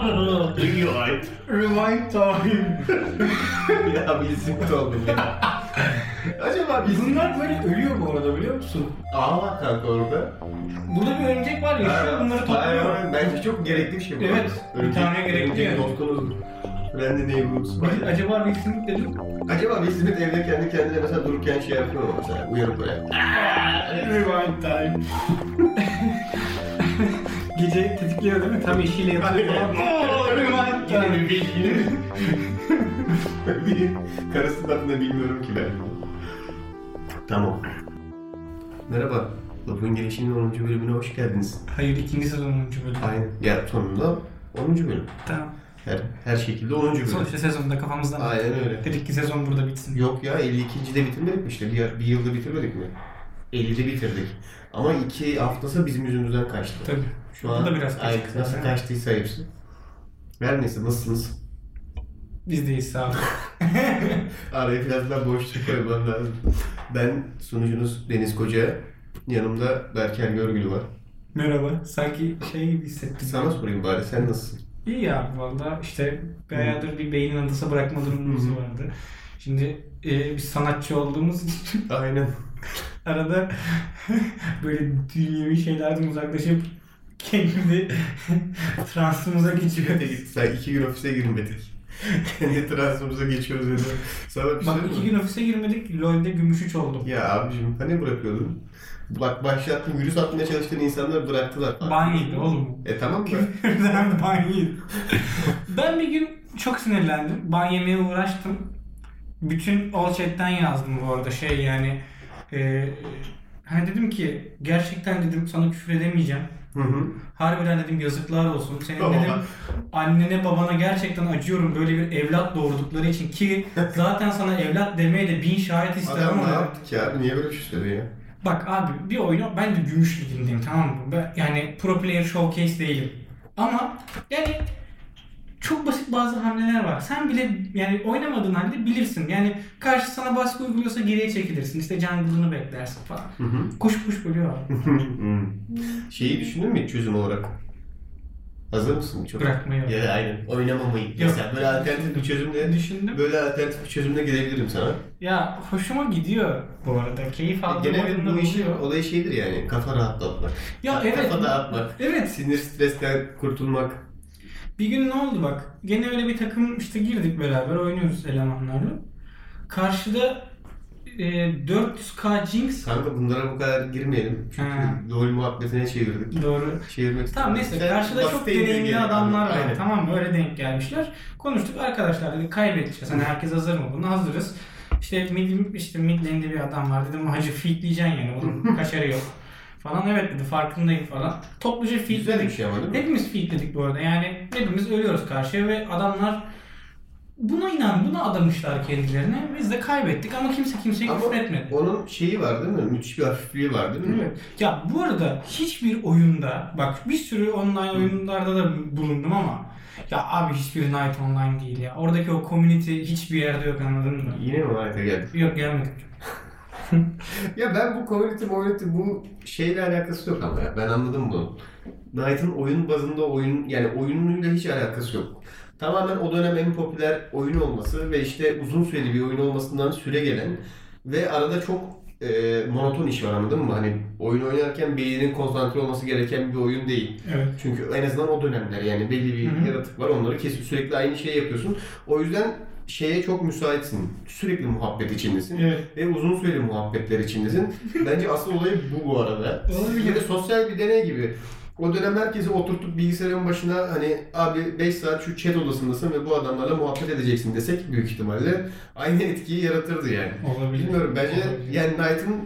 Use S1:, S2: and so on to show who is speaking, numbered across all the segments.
S1: Rewind.
S2: Rewind time.
S1: ya bir isim oldum ya. Acaba biz...
S2: Bunlar böyle ölüyor bu arada biliyor musun?
S1: Aha var kanka orada.
S2: Burada bir örümcek var yaşıyor bunları topluyor.
S1: Bayağı- Bence çok gerekli bir şey bu.
S2: Evet, bir tane gerekli yani.
S1: Dostumuz. Friend the neighborhood's
S2: Biz- Acaba Will Smith dedik.
S1: Acaba Will Smith evde kendi kendine mesela dururken şey yapıyor mu mesela? Uyarıp böyle.
S2: Rewind time. Gece tetikliyor değil mi? Tam eşiyle yatıyor falan. Oo, Rewind
S1: Yine
S2: time.
S1: bir bilgi. Bir karısının adını bilmiyorum ki ben. Tamam. Merhaba. Lafın gelişinin 10. bölümüne hoş geldiniz.
S2: Hayır ikinci sezonuncu bölüm.
S1: Aynen. Ya sonunda 10. bölüm.
S2: Tamam.
S1: Her, her şekilde 10. bölüm.
S2: Sonuçta sezonda kafamızdan.
S1: Aynen öyle.
S2: Dedik ki sezon burada bitsin.
S1: Yok ya 52. de bitirmedik mi işte? Bir, bir yılda bitirmedik mi? 50'de bitirdik. Ama 2 haftası bizim yüzümüzden kaçtı.
S2: Tabii.
S1: Şu
S2: Bu
S1: an
S2: da biraz
S1: ay,
S2: kaçtı.
S1: nasıl kaçtıysa hepsi. Her neyse nasılsınız?
S2: Biz deyiz sağ ol.
S1: Araya biraz daha boşluk koymam lazım. Ben sunucunuz Deniz Koca. Yanımda Berker Görgülü var.
S2: Merhaba. Sanki şey gibi hissettim.
S1: Sana sorayım bari sen nasılsın?
S2: İyi ya valla işte bayağıdır bir beyin adası bırakma durumumuz vardı. Şimdi e, biz sanatçı olduğumuz için
S1: Aynen.
S2: arada böyle dünyevi şeylerden uzaklaşıp kendimizi transımıza
S1: Şey
S2: geçiyoruz.
S1: Sen iki gün ofise girmedik. Kendi transımıza geçiyoruz dedi. Sana bir
S2: Bak
S1: şey
S2: iki
S1: mi?
S2: gün ofise girmedik, LoL'de gümüş üç oldum.
S1: Ya abicim hani bırakıyordun? Bak başlattın virüs atmaya çalıştığın insanlar bıraktılar.
S2: Ban yedi oğlum.
S1: E tamam da.
S2: Birden ban yedi. Ben bir gün çok sinirlendim. Ban yemeye uğraştım. Bütün all chat'ten yazdım bu arada şey yani. E, hani dedim ki gerçekten dedim sana küfür edemeyeceğim.
S1: Hı hı.
S2: Harbiden dedim yazıklar olsun. Senin
S1: Tamam.
S2: dedim annene babana gerçekten acıyorum böyle bir evlat doğurdukları için ki zaten sana evlat demeye de bin şahit isterim
S1: Adam ne
S2: ama
S1: yaptı ki abi? Niye böyle bir şey söylüyor ya?
S2: Bak abi bir oyunu ben de gümüş ligindeyim tamam mı? Ben, yani pro player showcase değilim. Ama yani çok basit bazı hamleler var. Sen bile yani oynamadığın halde bilirsin. Yani karşı sana baskı uyguluyorsa geriye çekilirsin. İşte jungle'ını beklersin falan.
S1: Hı hı.
S2: Kuş kuş buluyor.
S1: Hı. Şeyi düşündün mü hiç çözüm olarak? Hazır mısın? Çok...
S2: Bırakmayı.
S1: Ya aynen. Oynamamayı.
S2: Yok.
S1: Mesela böyle alternatif bir çözümle
S2: Düşündüm.
S1: böyle alternatif bir çözümle gelebilirim sana.
S2: Ya hoşuma gidiyor bu arada. Keyif aldığım
S1: Genelde
S2: oyunlar
S1: bu işin
S2: oluyor.
S1: olayı şeydir yani kafa rahatlatmak.
S2: Ya
S1: Kafa
S2: evet.
S1: dağıtmak.
S2: Evet.
S1: Sinir stresten kurtulmak.
S2: Bir gün ne oldu bak. Gene öyle bir takım işte girdik beraber oynuyoruz elemanlarla. Karşıda e, 400k Jinx.
S1: Kanka bunlara bu kadar girmeyelim. Çünkü
S2: Ha.
S1: LoL muhabbetine çevirdik.
S2: Doğru.
S1: Çevirmek
S2: Tamam neyse karşıda çok deneyimli adamlar var. Tamam mı? Öyle denk gelmişler. Konuştuk arkadaşlar dedik kaybedeceğiz. Hani herkes hazır mı? Buna hazırız. İşte mid, işte mid lane'de bir adam var dedim hacı feedleyeceksin yani bunun kaçarı yok. Falan evet dedi farkındayım falan. Topluca
S1: Güzel bir
S2: feedledik.
S1: şey ama değil mi?
S2: Hepimiz feedledik bu arada yani hepimiz ölüyoruz karşıya ve adamlar buna inan buna adamışlar kendilerine. Biz de kaybettik ama kimse kimseye
S1: Ama
S2: küfür etmedi.
S1: Onun şeyi var değil mi? Müthiş bir hafifliği var değil mi?
S2: Evet. Ya bu arada hiçbir oyunda bak bir sürü online oyunlarda da bulundum ama ya abi hiçbir Night Online değil ya. Oradaki o community hiçbir yerde yok anladın mı?
S1: Yine mi harika geldi?
S2: Yok gelmedik.
S1: Ya ben bu community community bu şeyle alakası yok ama ya. Ben anladım bunu. Knight'ın oyun bazında oyun yani oyunuyla hiç alakası yok. Tamamen o dönem en popüler oyun olması ve işte uzun süreli bir oyun olmasından süre gelen ve arada çok e, monoton iş var anladın mı? Hani oyun oynarken beyninin konsantre olması gereken bir oyun değil.
S2: Evet.
S1: Çünkü en azından o dönemler yani belli bir
S2: Hı hı.
S1: yaratık var onları kesip sürekli aynı şeyi yapıyorsun. O yüzden şeye çok müsaitsin. Sürekli muhabbet içindesin
S2: Evet.
S1: ve uzun süreli muhabbetler içindesin. Bence asıl olayı bu bu arada.
S2: Olabilir.
S1: Bir de sosyal bir deney gibi. O dönem herkesi oturtup bilgisayarın başına hani abi 5 saat şu chat odasındasın ve bu adamlarla muhabbet edeceksin desek büyük ihtimalle aynı etkiyi yaratırdı yani.
S2: Olabilir.
S1: Bilmiyorum bence
S2: Olabilir.
S1: yani Knight'ın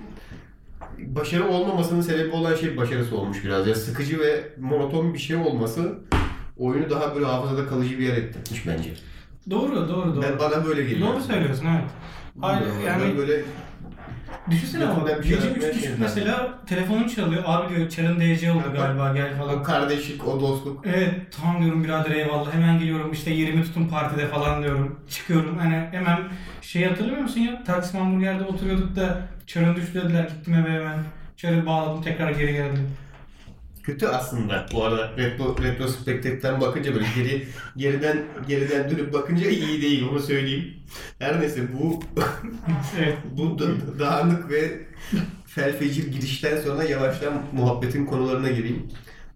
S1: başarı olmamasının sebebi olan şey başarısı olmuş biraz. Ya sıkıcı ve monoton bir şey olması oyunu daha böyle hafızada kalıcı bir yer ettirmiş bence.
S2: Doğru doğru doğru.
S1: Ben bana böyle geliyor.
S2: Doğru söylüyorsun evet. Hayır
S1: Bilmiyorum,
S2: yani
S1: ben böyle
S2: düşünsene ama
S1: Yakında bir şey
S2: gece
S1: şeyler
S2: 3
S1: yapmaya
S2: düşüp mesela telefonun çalıyor. Abi diyor Çar'ın DC oldu
S1: Evet.
S2: galiba gel
S1: o
S2: falan.
S1: kardeşlik, o dostluk
S2: Evet tamam diyorum birader eyvallah hemen geliyorum işte yerimi tutun partide falan diyorum. Çıkıyorum hani hemen şey hatırlamıyor musun ya Taksim Hamburger'de oturuyorduk da çarın düştü dediler gittim eve hemen. Çarı bağladım tekrar geri geldim.
S1: kötü aslında bu arada. Retro, retrospektiften bakınca böyle geri, geriden geriden dönüp bakınca iyi değil onu söyleyeyim. Her neyse bu
S2: evet.
S1: bu da- dağınık ve felfecir girişten sonra yavaştan muhabbetin konularına gireyim.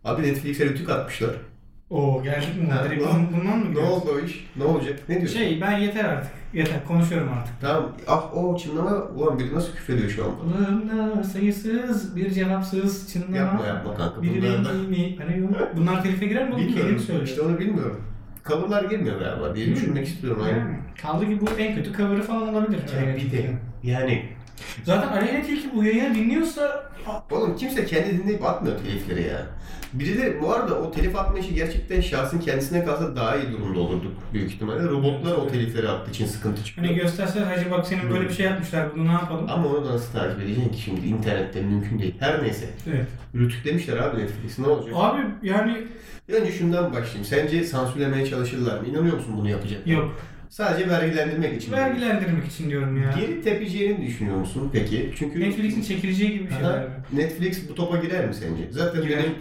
S1: Abi Netflix'e rütük atmışlar.
S2: Oo geldik mi?
S1: Ha,
S2: Direkt
S1: bu-
S2: bunun- bundan mı
S1: Ne
S2: gidiyoruz?
S1: oldu o iş? Ne olacak? Ne diyorsun?
S2: Şey ben yeter artık. Yeter konuşuyorum artık.
S1: Tamam. Ah o çınlama. Ulan biri nasıl küfrediyor şu an bana?
S2: Kulağımda sayısız bir cevapsız çınlama.
S1: Yapma yapma kanka.
S2: Biri
S1: Bunlar da...
S2: beni arıyor. Bunlar telife girer mi? Bunu kendim
S1: Bilmiyorum.
S2: söylüyor.
S1: İşte onu bilmiyorum. Kavurlar girmiyor galiba diye düşünmek istiyorum. Aynen.
S2: Yani Kaldı ki bu en kötü cover'ı falan olabilir.
S1: Yani bir de yani
S2: Zaten Aleyna Tilki bu yayını dinliyorsa
S1: oğlum kimse kendi dinleyip atmıyor telifleri ya. Biri de bu arada o telif atma işi gerçekten şahsın kendisine kalsa daha iyi durumda olurduk büyük ihtimalle. Robotlar o telifleri attığı için sıkıntı
S2: hani
S1: çıkıyor.
S2: gösterseler hacı bak senin böyle bir şey yapmışlar bunu ne yapalım?
S1: Ama onu da nasıl takip edeceksin ki şimdi internette mümkün değil. Her neyse.
S2: Evet.
S1: Rütüklemişler abi Netflix ne olacak?
S2: Abi yani
S1: Önce şundan başlayayım. Sence sansürlemeye çalışırlar mı? İnanıyor musun bunu yapacak?
S2: yok.
S1: Sadece vergilendirmek için.
S2: Vergilendirmek için diyorum ya.
S1: Geri tepeceğini düşünüyor musun peki? Çünkü
S2: Netflix'in çekileceği gibi bir şey.
S1: Aha, Netflix bu topa girer mi sence? Zaten
S2: Girer.
S1: benim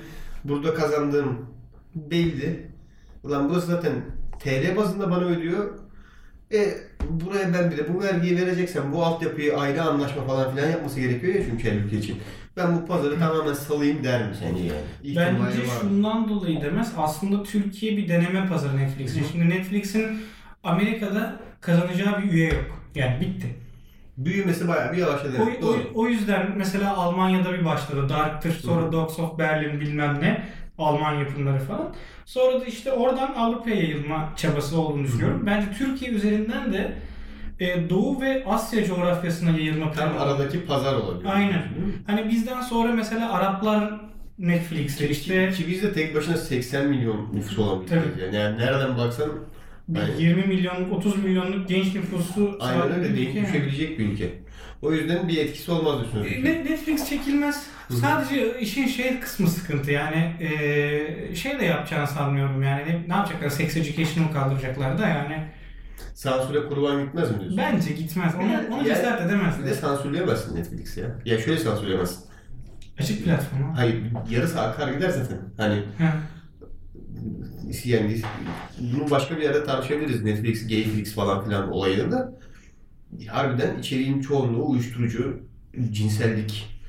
S1: burada kazandığım belli. Ulan burası zaten TL bazında bana ödüyor. E buraya ben bir de bu vergiyi vereceksem bu altyapıyı ayrı anlaşma falan filan yapması gerekiyor ya çünkü her ülke için. Ben bu pazarı tamamen salayım der mi sence yani? İhtimali
S2: Bence
S1: var mı?
S2: şundan dolayı demez. Aslında Türkiye bir deneme pazarı Netflix'in. Şimdi Netflix'in Amerika'da kazanacağı bir üye yok. Yani bitti.
S1: Büyümesi bayağı bir yavaşladı.
S2: O,
S1: Evet,
S2: o,
S1: doğru.
S2: o yüzden mesela Almanya'da bir başladı. Darktır, sonra Dogs of Berlin bilmem ne. Alman yapımları falan. Sonra da işte oradan Avrupa'ya yayılma çabası olduğunu düşünüyorum. Bence Türkiye üzerinden de e, Doğu ve Asya coğrafyasına yayılma
S1: Tam
S2: planı.
S1: aradaki pazar olabilir.
S2: Aynen. Hani bizden sonra mesela Araplar Netflix'te işte
S1: Ki, ki biz de tek başına 80 milyon nüfus olan bir ülkeyiz yani. yani nereden baksan
S2: bir
S1: Aynen.
S2: 20 milyon, 30 milyonluk genç nüfusu
S1: Aynen
S2: sahip
S1: öyle
S2: bir
S1: değil.
S2: ülke yani. E,
S1: Düşebilecek bir ülke. O yüzden bir etkisi olmaz düşünüyorum.
S2: Ne- Netflix çekilmez.
S1: Hı hı.
S2: Sadece işin şey kısmı sıkıntı yani eee, şey de yapacağını sanmıyorum yani ne, ne yapacaklar Sex Education'ı mı kaldıracaklar da yani
S1: Sansüre kurban gitmez mi diyorsun?
S2: bence gitmez onu, onu
S1: Yani-
S2: cesaret
S1: Bir de
S2: edemezler.
S1: sansürleyemezsin Netflix ya. Ya şöyle sansürleyemezsin.
S2: Açık platforma.
S1: Hayır yarısı akar gider zaten. Hani yani bunu başka bir yerde tartışabiliriz. Netflix, Gayflix falan filan olayını da. Harbiden içeriğin çoğunluğu uyuşturucu, cinsellik,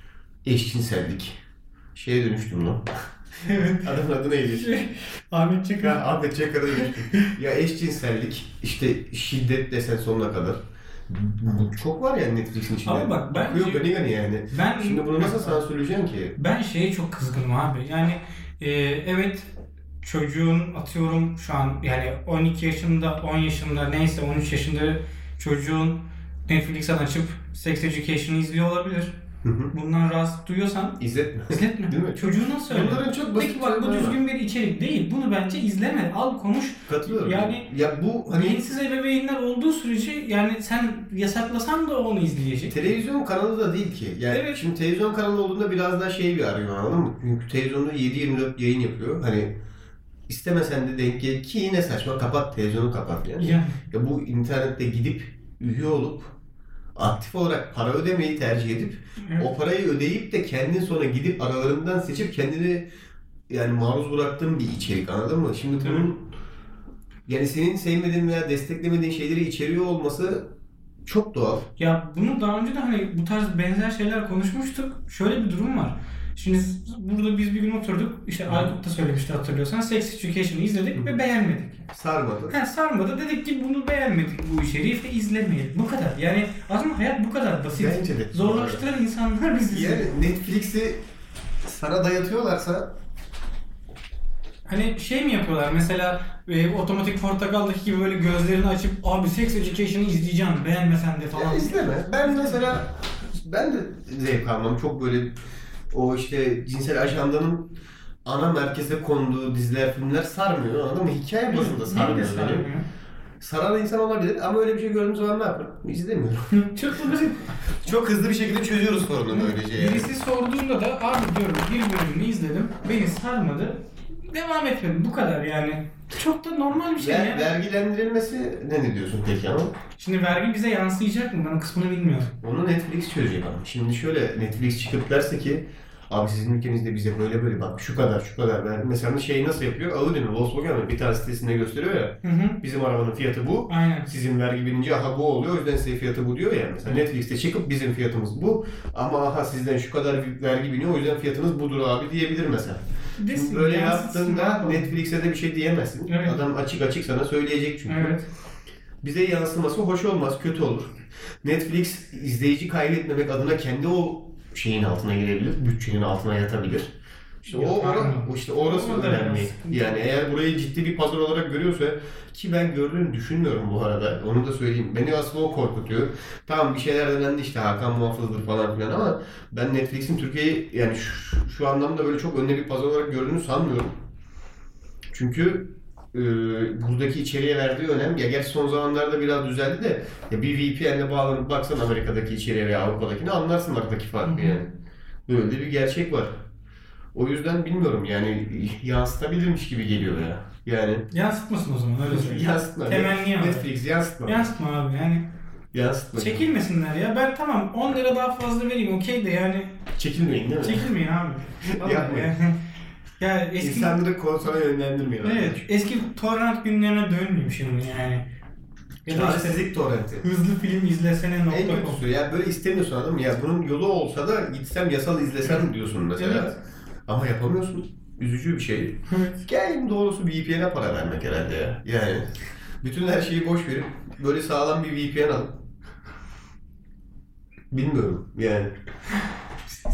S1: eşcinsellik. Şeye dönüştüm lan.
S2: evet. Şey,
S1: Adamın adı neydi?
S2: Ahmet
S1: Ya
S2: Çakar.
S1: Ahmet Çakar'a dönüştüm. ya eşcinsellik, işte şiddet desen sonuna kadar. Bu çok var yani Netflix'in içinde.
S2: Ama bak bence-
S1: Akıyor gani gani yani.
S2: Ben
S1: Şimdi bunu nasıl sansürleyeceksin ki?
S2: Ben şeye çok kızgınım abi. Yani e, evet çocuğun atıyorum şu an yani 12 yaşında, 10 yaşında neyse 13 yaşında çocuğun Netflix'ten açıp Sex Education'ı izliyor olabilir.
S1: Hı hı.
S2: Bundan rahatsız duyuyorsan
S1: İzletme.
S2: izletme.
S1: Değil mi?
S2: Çocuğuna söyle.
S1: Bunların çok basit
S2: Peki bak bu
S1: şeyleri var.
S2: düzgün bir içerik değil. Bunu bence izleme. Al konuş.
S1: Katılıyorum.
S2: Yani-
S1: ya bu hani
S2: Bilinçsiz ebeveynler olduğu sürece yani sen yasaklasan da onu izleyecek.
S1: televizyon kanalı da değil ki. Yani
S2: Evet.
S1: şimdi televizyon kanalı olduğunda biraz daha şey bir arıyor anladın mı? Çünkü televizyonda 7-24 yayın yapıyor. Hani istemesen de denk gel ki yine saçma kapat televizyonu kapat yani.
S2: Yani
S1: Ya bu internette gidip üye olup aktif olarak para ödemeyi tercih edip
S2: Evet.
S1: o parayı ödeyip de kendin sonra gidip aralarından seçip kendini yani maruz bıraktığın bir içerik anladın mı? Şimdi
S2: Tabii.
S1: bunun yani senin sevmediğin veya desteklemediğin şeyleri içeriyor olması çok doğal.
S2: Ya bunu daha önce de hani bu tarz benzer şeyler konuşmuştuk. Şöyle bir durum var. Şimdi burada biz bir gün oturduk. işte Aykut da söylemişti hatırlıyorsan. Sex Education'ı
S1: Hı.
S2: izledik ve beğenmedik.
S1: Sarmadı.
S2: Yani sarmadı dedik ki bunu beğenmedik bu içeriği ve izlemeyelim. Bu kadar. Yani aslında hayat bu kadar basit.
S1: Bence de.
S2: Zorlaştıran insanlar biziz.
S1: Yani Netflix'i sana dayatıyorlarsa
S2: Hani şey mi yapıyorlar mesela e, otomatik portakaldaki gibi böyle gözlerini açıp abi Sex Education'ı izleyeceğim beğenmesen de
S1: Ya
S2: falan.
S1: izleme. Ben mesela ben de zevk almam. Çok böyle o işte cinsel ajandanın ana merkeze konduğu diziler, filmler sarmıyor. Anladın mı? Hikaye bazında sarmıyor. beni. Saran insan olabilir ama öyle bir şey gördüğüm zaman ne yaparım? İzlemiyorum.
S2: Çok basit.
S1: Çok hızlı bir şekilde çözüyoruz sorunu böylece
S2: Birisi sorduğunda da abi diyorum bir bölümünü izledim. Beni sarmadı. Devam etmedim. Bu kadar yani. Çok da normal bir şey
S1: Ver-
S2: ya.
S1: vergilendirilmesi ne ne diyorsun peki ama?
S2: Şimdi vergi bize yansıyacak mı? Ben o kısmını bilmiyorum.
S1: Onu Netflix çözecek ama. Şimdi şöyle Netflix çıkıp derse ki Abi sizin ülkenizde bize böyle böyle bak şu kadar şu kadar verdi. Mesela şeyi nasıl yapıyor? Audi'nin Volkswagen'ın bir tane sitesinde gösteriyor ya.
S2: Hı hı.
S1: Bizim arabanın fiyatı bu.
S2: Aynen.
S1: Sizin vergi birinci aha bu oluyor. O yüzden size fiyatı bu diyor ya. Mesela Netflix'te çıkıp bizim fiyatımız bu. Ama aha sizden şu kadar vergi biniyor. O yüzden fiyatınız budur abi diyebilir mesela.
S2: Desin,
S1: Böyle
S2: yansıtsın
S1: yaptığında
S2: abi.
S1: Netflix'e de bir şey diyemezsin.
S2: Evet.
S1: Adam açık açık sana söyleyecek çünkü.
S2: Evet.
S1: Bize yansıması hoş olmaz, kötü olur. Netflix izleyici kaybetmemek adına kendi o şeyin altına girebilir, bütçenin altına yatabilir. İşte o,
S2: Yatar
S1: ora-
S2: mı?
S1: işte orası
S2: Orada
S1: önemli.
S2: biraz sıkıntı.
S1: Yani eğer burayı ciddi bir pazar olarak görüyorsa ki ben gördüğünü düşünmüyorum bu arada. Onu da söyleyeyim. Beni aslında o korkutuyor. Tamam bir şeyler denendi işte Hakan muhafızdır falan filan ama ben Netflix'in Türkiye'yi yani şu, şu anlamda böyle çok önüne bir pazar olarak gördüğünü sanmıyorum. Çünkü e, buradaki içeriğe verdiği önem ya gerçi son zamanlarda biraz düzeldi de ya bir VPN'le bağlanıp baksan Amerika'daki içeriğe veya Avrupa'dakini anlarsın aradaki farkı
S2: Hı hı.
S1: yani. Böyle bir gerçek var. O yüzden bilmiyorum yani yansıtabilirmiş gibi geliyor ya. Yani
S2: Yansıtmasın o zaman öyle söyleyeyim.
S1: yansıtma.
S2: Temenni ama.
S1: Netflix yansıtma.
S2: Yansıtma abi yani.
S1: Yansıtma.
S2: Çekilmesinler ya. Ben tamam 10 lira daha fazla vereyim okey de yani
S1: Çekilmeyin değil mi?
S2: çekilmeyin abi. Vallahi
S1: Yapmayın.
S2: yani. ya eski
S1: İnsanları konsole yönlendirmeyin.
S2: Evet, eski torrent günlerine dönmeyeyim şimdi yani. Ya da işte
S1: Çaresizlik torrenti.
S2: hızlı film izlesene
S1: En
S2: nokta com.
S1: kötüsü ya böyle istemiyorsun anladın mı? Ya bunun yolu olsa da gitsem yasal izlesem diyorsun mesela.
S2: Evet.
S1: Ama yapamıyorsun. Üzücü bir şey.
S2: Evet.
S1: Gelin doğrusu VPN'e para vermek herhalde ya. Yani bütün her şeyi boş verip böyle sağlam bir VPN al. Bilmiyorum yani.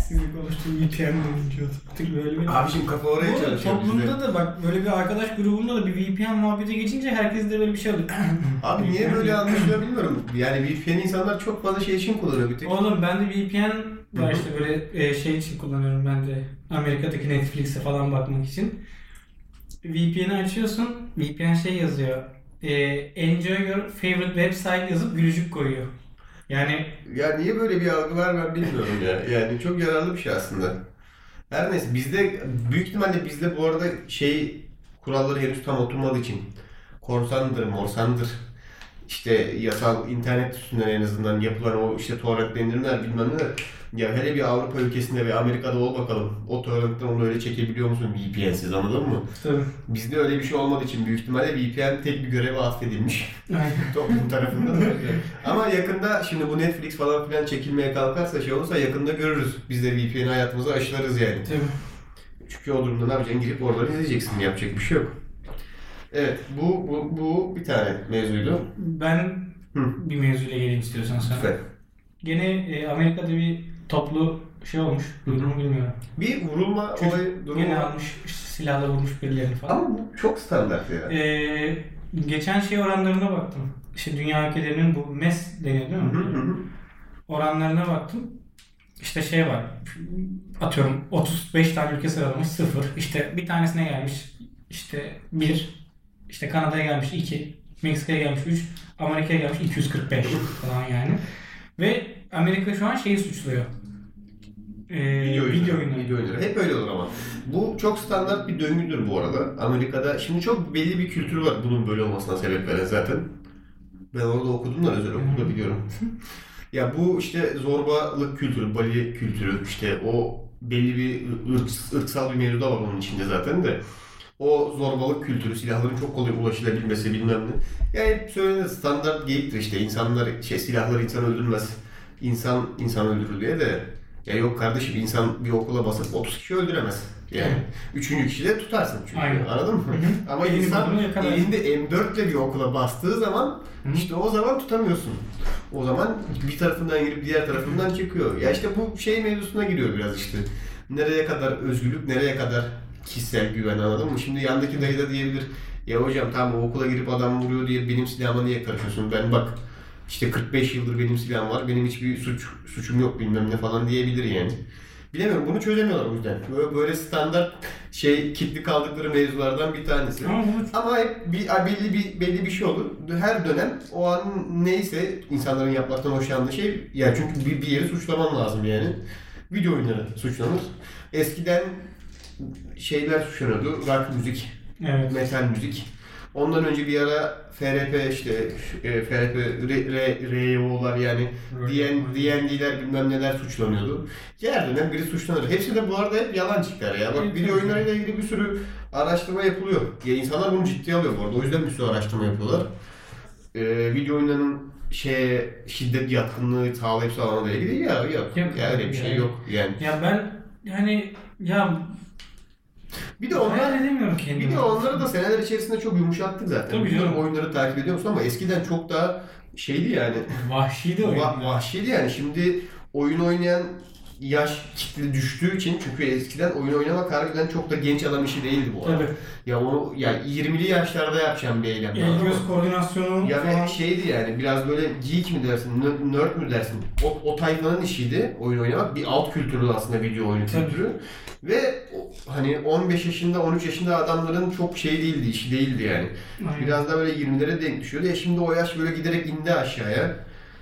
S2: Sizin konuştuğum VPN konuşuyordu. Artık böyle bir...
S1: Abi şimdi kafa oraya
S2: Bu
S1: çalışıyor bizde.
S2: toplumda da bak böyle bir arkadaş grubunda da bir VPN muhabbeti geçince herkes de böyle bir şey oluyor.
S1: Abi niye böyle anlaşılıyor bilmiyorum. Yani VPN insanlar çok fazla şey için kullanıyor bir tek.
S2: Oğlum ben de VPN
S1: Hı
S2: var
S1: hı.
S2: işte böyle e, şey için kullanıyorum ben de. Amerika'daki Netflix'e falan bakmak için. VPN'i açıyorsun. VPN şey yazıyor. E, enjoy your favorite website yazıp gülücük koyuyor. Yani
S1: Ya niye böyle bir algı var ben bilmiyorum ya. Yani çok yararlı bir şey aslında. Her neyse bizde büyük ihtimalle bizde bu arada şey kuralları henüz tam oturmadığı için korsandır, morsandır. İşte yasal internet üstünden en azından yapılan o işte torrentler indirimler bilmem neler. Ya hele bir Avrupa ülkesinde ve Amerika'da ol bakalım. O torrentten onu öyle çekebiliyor musun VPN'siz anladın mı?
S2: tabii.
S1: Bizde öyle bir şey olmadığı için büyük ihtimalle VPN tek bir görevi affedilmiş
S2: Aynen.
S1: toplum tarafından. Ama yakında şimdi bu Netflix falan filan çekilmeye kalkarsa şey olursa yakında görürüz. Biz de VPN'i hayatımıza aşılarız yani.
S2: Tabii.
S1: Çünkü o durumda ne yapacaksın? Girip oradan izleyeceksin. Yapacak bir şey yok. Evet bu, bu, bu bir tane mevzuydu.
S2: Ben
S1: Hı.
S2: bir mevzuyla geleyim istiyorsan sana.
S1: Süper.
S2: Gene e, Amerika'da bir toplu şey olmuş. Duydun mu bilmiyorum.
S1: Bir vurulma
S2: Çocuk
S1: olayı durumu
S2: Gene
S1: var.
S2: almış işte silahla vurmuş birilerini falan.
S1: Ama bu çok standart ya.
S2: Ee, geçen şey oranlarına baktım. İşte dünya ülkelerinin bu MES deniyor değil mi?
S1: Hı hı hı.
S2: Oranlarına baktım. İşte şey var. Atıyorum 35 tane ülke sıralamış 0. İşte bir tanesine gelmiş işte 1. İşte Kanada'ya gelmiş 2. Meksika'ya gelmiş 3. Amerika'ya gelmiş 245 falan yani. Ve Amerika şu an şeyi suçluyor. Ee,
S1: Video oyunları.
S2: video oyunları.
S1: Video oyunları. Hep öyle olur ama. Bu çok standart bir döngüdür bu arada. Amerika'da şimdi çok belli bir kültür var bunun böyle olmasına sebep veren zaten. Ben orada okudum da özel okulda biliyorum. ya bu işte zorbalık kültürü, bali kültürü işte o belli bir ırk- ırksal bir mevzu da var onun içinde zaten de. O zorbalık kültürü, silahların çok kolay ulaşılabilmesi bilmem ne. Ya hep söylenen standart geyiktir işte. İnsanlar, şey, silahlar insan öldürmez. İnsan, insan öldürür diye de. Ya yok kardeşim insan bir okula basıp 30 kişi öldüremez. Yani
S2: Evet.
S1: üçüncü kişi de tutarsın çünkü.
S2: Aynen.
S1: Anladın mı?
S2: hı.
S1: Ama
S2: Elini
S1: insan
S2: kolunu yakalar.
S1: elinde M4 ile bir okula bastığı zaman
S2: Hı.
S1: işte o zaman tutamıyorsun. O zaman bir tarafından girip diğer tarafından çıkıyor. Ya işte bu şey mevzusuna giriyor biraz işte. Nereye kadar özgürlük, nereye kadar kişisel güven anladın mı? Şimdi yandaki dayı da diyebilir. Ya hocam tamam o okula girip adam vuruyor diye benim silahıma niye karışıyorsun? Ben bak işte 45 yıldır benim silahım var. Benim hiçbir suç suçum yok bilmem ne falan diyebilir yani. Bilemiyorum bunu çözemiyorlar o yüzden. Böyle, böyle standart şey kitli kaldıkları mevzulardan bir tanesi.
S2: Ama bu
S1: Ama hep bir, belli bir belli bir şey olur. Her dönem o an neyse insanların yapmaktan hoşlandığı şey ya çünkü bir, bir yeri suçlaman lazım yani. Video oyunları suçlanır. Eskiden şeyler suçlanıyordu. Rock müzik,
S2: evet.
S1: metal müzik. Ondan önce bir ara FRP işte şu- e, FRP re- re- REO'lar yani DN D&D'ler bilmem neler suçlanıyordu. Yerlerinden biri suçlanır. Hepsi de bu arada hep yalan çıkar ya. Bak
S2: Evet,
S1: video
S2: evet.
S1: oyunlarıyla ilgili bir sürü araştırma yapılıyor. Ya insanlar bunu ciddiye alıyor bu arada. O yüzden bir sürü araştırma yapıyorlar. Ee, video oyunlarının şeye şiddet yatkınlığı sağlayıp sağlamada ilgili değil ya yok.
S2: Yok.
S1: ya öyle bir şey
S2: Yani.
S1: yok yani.
S2: Ya ben yani ya
S1: Bir de onlar
S2: hayal edemiyorum kendimi.
S1: Bir de onları da seneler içerisinde çok yumuşattık zaten.
S2: Tabii canım.
S1: Bilmiyorum oyunları takip ediyor musun ama eskiden çok daha şeydi yani.
S2: Vahşi de oyun.
S1: Va- vahşiydi yani. Şimdi oyun oynayan yaş kitle düştüğü için çünkü eskiden oyun oynamak harbiden çok da genç adam işi değildi bu arada.
S2: Tabii.
S1: Ya onu ya 20'li yaşlarda yapacağım bir eylem.
S2: El göz koordinasyonu
S1: Ya
S2: falan.
S1: ve şeydi yani biraz böyle geek mi dersin, n- nerd mü dersin? O, o tayfanın işiydi oyun oynamak. Bir alt kültürü aslında video oyunu
S2: Tabii.
S1: kültürü. Ve o- hani 15 yaşında, 13 yaşında adamların çok şey değildi, işi değildi yani.
S2: Aynen.
S1: Biraz da böyle 20'lere denk düşüyordu. E şimdi o yaş böyle giderek indi aşağıya.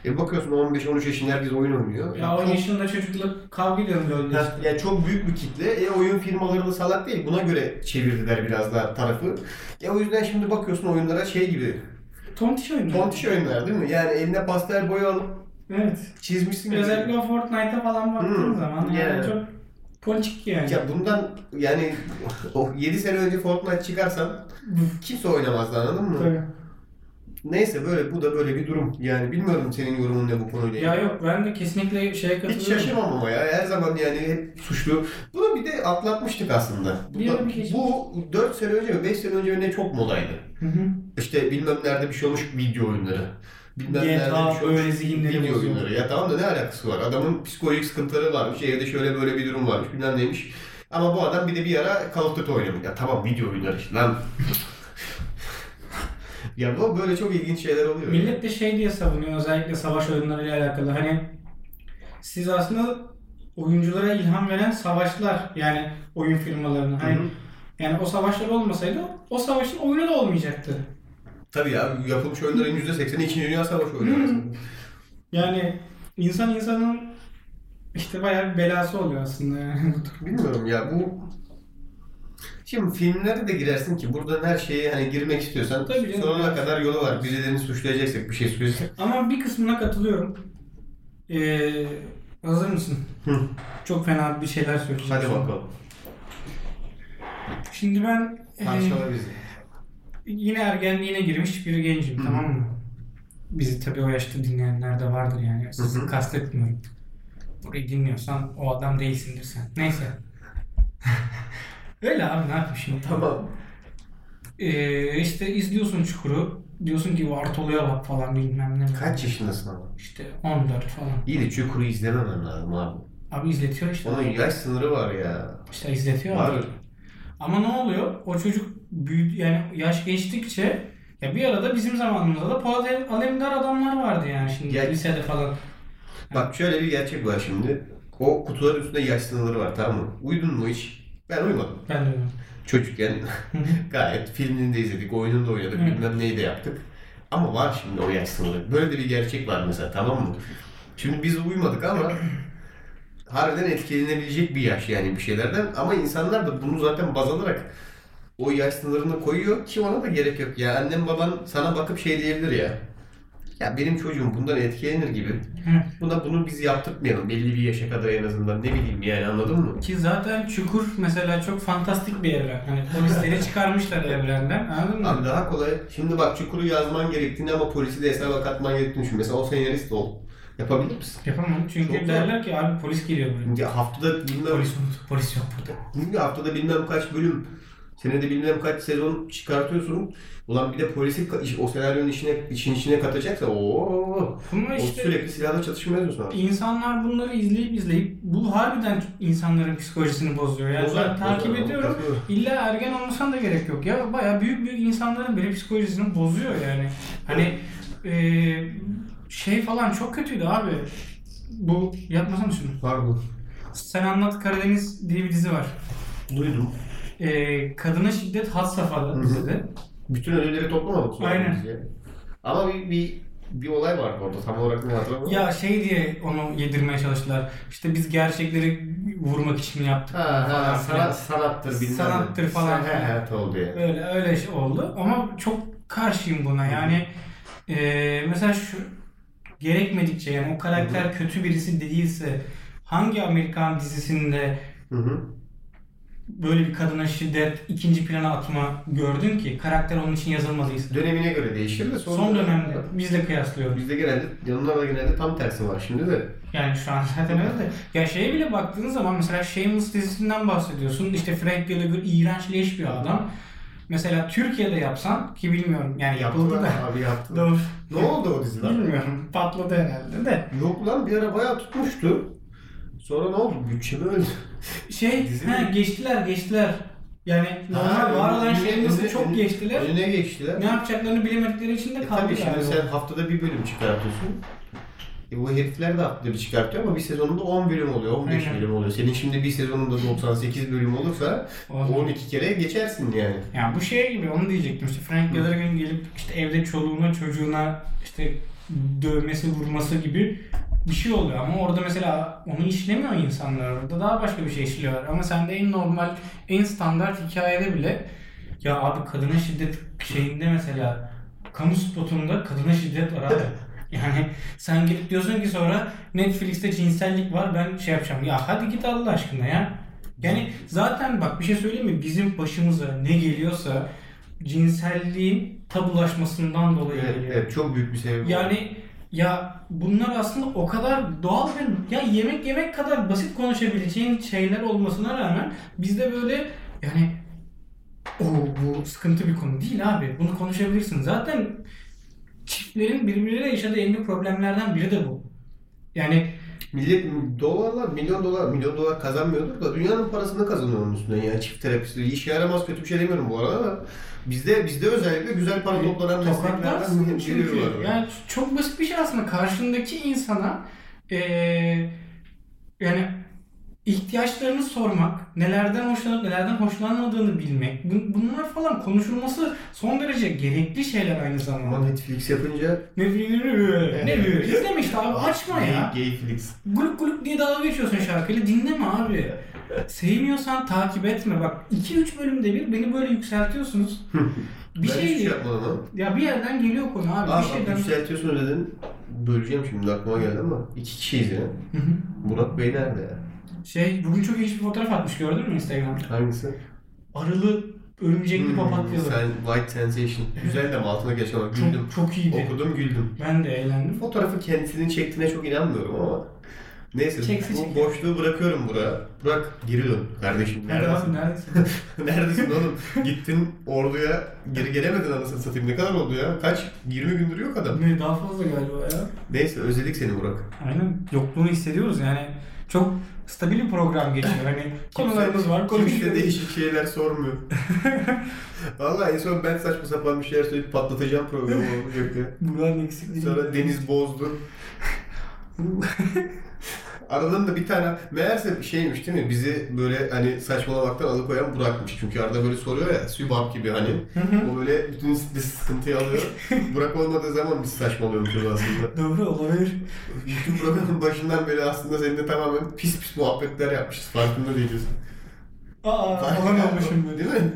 S1: E bakıyorsun 15-13 yaşında herkes oyun oynuyor.
S2: Ya o
S1: çok,
S2: yaşında çocukla kavga ediyorum LoL'de
S1: Ha,
S2: işte.
S1: yani çok büyük bir kitle. E oyun firmaları da salak değil. Buna göre çevirdiler biraz daha tarafı. E o yüzden şimdi bakıyorsun oyunlara şey gibi.
S2: Tontiş oynuyor.
S1: Tontiş oyunlar değil mi? Yani eline pastel boya alıp
S2: Evet.
S1: çizmişsin. gibi.
S2: Özellikle o Fortnite'a falan baktığın
S1: Hmm,
S2: zaman yani
S1: yani.
S2: çok politik yani.
S1: Ya bundan yani o 7 sene önce Fortnite çıkarsan kimse oynamazdı anladın mı?
S2: Tabii.
S1: Neyse böyle bu da böyle bir durum. Yani bilmiyorum senin yorumun ne bu konuyla.
S2: Ya yok ben de kesinlikle şeye katılıyorum.
S1: Hiç şaşırmam ama ya. Her zaman yani hep suçlu. Bunu bir de atlatmıştık aslında. Bu,
S2: Bir
S1: da,
S2: ara bir geçmiş.
S1: bu 4 sene önce mi 5 sene önce mi ne çok modaydı.
S2: Hı hı.
S1: İşte bilmem nerede bir şey olmuş video oyunları. Bilmem
S2: GTA
S1: nerede bir şey
S2: öyle
S1: olmuş
S2: zihinleri
S1: video
S2: bozuyor.
S1: oyunları. Ya tamam da ne alakası var? Adamın psikolojik sıkıntıları varmış. Evde şöyle böyle bir durum varmış. Bilmem neymiş. Ama bu adam bir de bir ara Call of Duty oynamış. Ya tamam video oyunları işte lan. ya bu böyle çok ilginç şeyler oluyor.
S2: Millet de şey diye savunuyor özellikle savaş oyunlarıyla alakalı. Hani siz aslında oyunculara ilham veren savaşlar yani oyun firmalarının. Hani
S1: Hı hı.
S2: yani o savaşlar olmasaydı o savaşın oyunu da olmayacaktı.
S1: Tabii ya yapılmış oyunların %80'i 2. Dünya Savaşı oynuyor.
S2: Hmm. Yani insan insanın işte bayağı bir belası oluyor aslında yani.
S1: Bilmiyorum ya bu Şimdi filmlere de girersin ki buradan her şeye hani girmek istiyorsan
S2: Tabii canım.
S1: sonuna kadar yolu var. Birilerini suçlayacaksak bir şey suçlayacaksak.
S2: Ama bir kısmına katılıyorum. Ee, hazır mısın?
S1: Hı.
S2: Çok fena bir şeyler söyleyeceğim.
S1: Hadi bakalım.
S2: Şimdi ben e,
S1: Parçala bizi.
S2: yine ergenliğine girmiş bir gencim
S1: Hı.
S2: tamam mı? Bizi tabii o yaşta dinleyenler de vardır yani. Sizi
S1: Hı hı.
S2: kastetmiyorum. Burayı dinliyorsan o adam değilsindir sen. Neyse. Öyle abi ne yapayım şimdi?
S1: Tamam.
S2: Ee, işte izliyorsun Çukur'u. Diyorsun ki Vartolu'ya bak falan bilmem ne.
S1: Kaç yaşındasın ama?
S2: İşte 14 falan.
S1: İyi de Çukur'u izlememen lazım abi.
S2: Abi izletiyor işte.
S1: Onun yaş sınırı var ya.
S2: İşte izletiyor.
S1: Var.
S2: abi. Ama ne oluyor? O çocuk büyüdü yani yaş geçtikçe ya bir arada bizim zamanımızda da Polat Al- Alemdar adamlar vardı yani şimdi
S1: Gel-
S2: lisede falan.
S1: Bak şöyle bir gerçek var şimdi. O kutuların üstünde yaş sınırları var tamam mı? Uyudun mu hiç? Ben uyumadım.
S2: Ben de öyle.
S1: Çocukken
S2: Hı hı.
S1: gayet filmini de izledik, oyununu da oynadık,
S2: Hı.
S1: bilmem neyi de yaptık. Ama var şimdi o yaş sınırı. Böyle de bir gerçek var mesela tamam mı? Şimdi biz uymadık ama harbiden etkilenebilecek bir yaş yani bir şeylerden. Ama insanlar da bunu zaten baz alarak o yaş sınırını koyuyor ki ona da gerek yok. Ya annem baban sana bakıp şey diyebilir ya. Ya benim çocuğum bundan etkilenir gibi.
S2: Hı.
S1: Buna bunu biz yaptırmayalım. Belli bir yaşa kadar en azından ne bileyim yani anladın mı?
S2: Ki zaten Çukur mesela çok fantastik bir evren. Hani polisleri çıkarmışlar evrenden. Anladın mı?
S1: Abi daha kolay. Şimdi bak çukuru yazman gerektiğini ama polisi de hesaba katman gerektiğini düşün. Mesela o senarist ol. Yapabilir misin?
S2: Yapamam. Çünkü
S1: Çok zor.
S2: derler ki abi polis geliyor buraya.
S1: Ya haftada bilmem
S2: Polis unut. Polis yok burada.
S1: Çünkü haftada bilmem kaç bölüm, senede bilmem kaç sezon çıkartıyorsun. Ulan bir de polisi ka- iş- o senaryonun içine, işin içine katacaksa ooo.
S2: Ama
S1: O
S2: işte
S1: sürekli silahla çatışma yazıyorsun abi.
S2: İnsanlar bunları izleyip izleyip bu harbiden insanların psikolojisini bozuyor. Yani
S1: Bozar,
S2: ben takip
S1: bozar,
S2: ediyorum.
S1: bozar.
S2: İlla ergen olmasan da gerek yok ya. Baya büyük büyük insanların bile psikolojisini bozuyor yani. Hani eee, şey falan çok kötüydü abi. Bu yapmasam şunu.
S1: Pardon.
S2: Sen Anlat Karadeniz diye bir dizi var.
S1: Duydum.
S2: Eee, kadına şiddet had
S1: Hı
S2: safhada
S1: hı.
S2: dizide.
S1: Bütün ödülleri toplamadık sonra
S2: Aynen.
S1: biz ya. Ama bir, bir bir olay var orada tam olarak ne hatırlamıyorum.
S2: Ya şey diye onu yedirmeye çalıştılar. İşte biz gerçekleri vurmak için mi yaptık
S1: Ha ha
S2: falan filan.
S1: sanat, sanattır bilmem. ne.
S2: Sanattır falan.
S1: He he oldu yani.
S2: Öyle öyle şey oldu ama çok karşıyım buna yani eee, mesela şu gerekmedikçe yani o karakter kötü birisi değilse hangi Amerikan dizisinde
S1: Hı hı.
S2: böyle bir kadına şiddet ikinci plana atma gördün ki karakter onun için yazılmadıysa.
S1: Dönemine göre değişir de sonra...
S2: Son dönemde bizle kıyaslıyoruz.
S1: Bizde genelde yanımda da genelde tam tersi var şimdi de.
S2: Yani şu an zaten öyle de. Ya şeye bile baktığın zaman mesela Shameless dizisinden bahsediyorsun. İşte Frank Gallagher iğrençleş bir adam. Mesela Türkiye'de yapsan ki bilmiyorum yani yapıldı da.
S1: Abi yaptı.
S2: Doğru.
S1: Ne oldu o diziler?
S2: Bilmiyorum. Patladı herhalde de.
S1: Yok lan bir ara bayağı tutmuştu. Sonra ne oldu? Bütçe mi öldü?
S2: Şey,
S1: Dizi
S2: ha,
S1: mi?
S2: geçtiler geçtiler. Yani normal
S1: Ha,
S2: var olan
S1: önüne-
S2: Shamless'ı
S1: önüne-
S2: çok
S1: önüne-
S2: geçtiler.
S1: Önüne geçtiler.
S2: Ne yapacaklarını bilemedikleri için de
S1: E tabii
S2: kaldılar.
S1: şimdi sen haftada bir bölüm çıkartıyorsun. E bu herifler de haftada bir çıkartıyor ama bir sezonunda 10 bölüm oluyor, 15
S2: Aynen.
S1: bölüm oluyor. Senin şimdi bir sezonunda 98 bölüm olursa
S2: Oldu.
S1: 12 kere geçersin yani.
S2: Yani bu şey gibi onu diyecektim işte Frank Gallagher'ın gelip işte evde çoluğuna çocuğuna işte dövmesi vurması gibi bir şey oluyor ama orada mesela onu işlemiyor insanlar orada daha başka bir şey işliyorlar ama sende en normal en standart hikayede bile ya abi kadına şiddet şeyinde mesela kamu spotunda kadına şiddet var abi. Yani sen gelip diyorsun ki sonra Netflix'te cinsellik var ben şey yapacağım. Ya hadi git Allah aşkına ya. Yani zaten bak bir şey söyleyeyim mi? Bizim başımıza ne geliyorsa cinselliğin tabulaşmasından dolayı
S1: Evet,
S2: geliyor.
S1: evet, çok büyük bir sebebi. var.
S2: Yani ya bunlar aslında o kadar doğal ve ya yemek yemek kadar basit konuşabileceğin şeyler olmasına rağmen bizde böyle yani o bu sıkıntı bir konu değil abi. Bunu konuşabilirsin. Zaten çiftlerin birbirleriyle yaşadığı en büyük problemlerden biri de bu. Yani
S1: Millet dolarlar, milyon dolar, milyon dolar kazanmıyordur da dünyanın parasını kazanıyor onun üstünden yani çift terapisi. İşe yaramaz kötü bir şey demiyorum bu arada da bizde bizde özellikle güzel para toplanan mesleklerden
S2: tokatlarsın E, çünkü.
S1: geliyorlar.
S2: Yani çok basit bir şey aslında. Karşındaki insana eee, yani ihtiyaçlarını sormak, nelerden hoşlanıp nelerden hoşlanmadığını bilmek, bun- bunlar falan konuşulması son derece gerekli şeyler aynı
S1: Ama
S2: zamanda.
S1: Netflix yapınca
S2: Ne bileyim, ne bileyim. İzleme işte abi açma ya.
S1: Gay- Gayflix.
S2: Guluk guluk diye dalga geçiyorsun şarkıyla dinleme abi. Sevmiyorsan takip etme. Bak 2-3 bölümde bir beni böyle yükseltiyorsunuz. Bir
S1: ben hiçbir
S2: şey
S1: şey yapmadım ama.
S2: ya bir yerden geliyor konu abi.
S1: Aa,
S2: bir şey
S1: bak,
S2: şeyden...
S1: yükseltiyorsun dedin. Böleceğim şimdi aklıma geldi ama iki kişiyiz ya.
S2: Hı hı.
S1: Murat Bey nerede ya?
S2: Şey bugün çok ilginç bir fotoğraf atmış gördün mü Instagram'da?
S1: Hangisi?
S2: Arılı örümcekli
S1: Hmm,
S2: papatyalı.
S1: Sen White Sensation. Güzel de mi? altına geçen ama güldüm.
S2: Çok, çok iyiydi.
S1: Okudum güldüm.
S2: Ben de eğlendim.
S1: Fotoğrafı kendisinin çektiğine çok inanmıyorum ama. Neyse
S2: Çekse
S1: bu
S2: çeker.
S1: boşluğu bırakıyorum buraya. Burak geri dön kardeşim.
S2: Nerede
S1: Neredesin?
S2: abi neredesin?
S1: neredesin oğlum? Gittin orduya geri gelemedin anasını satayım. Ne kadar oldu ya? Kaç? 20 gündür yok adam.
S2: ne daha fazla galiba ya.
S1: Neyse özledik seni Burak.
S2: Aynen yokluğunu hissediyoruz yani. Çok stabil bir program geçiyor. Hani konularımız var.
S1: Kimse
S2: konuşuyoruz.
S1: değişik şeyler sormuyor. Vallahi en son ben saçma sapan bir şeyler söyleyip patlatacağım programı olacak ya.
S2: Buranın eksikliği.
S1: Sonra Deniz bozdu. Aradan da bir tane meğerse şeymiş değil mi? Bizi böyle hani saçmalamaktan alıkoyan Burak'mış. Çünkü arada böyle soruyor ya Sübap gibi hani.
S2: Hı hı.
S1: O böyle bütün s- sıkıntıyı alıyor. Burak olmadığı zaman biz saçmalıyormuşuz aslında.
S2: Doğru olabilir.
S1: Bütün programın başından beri aslında seninle tamamen pis pis muhabbetler yapmışız. Farkında değiliz.
S2: Aa falan olmuşum böyle.
S1: Değil mi?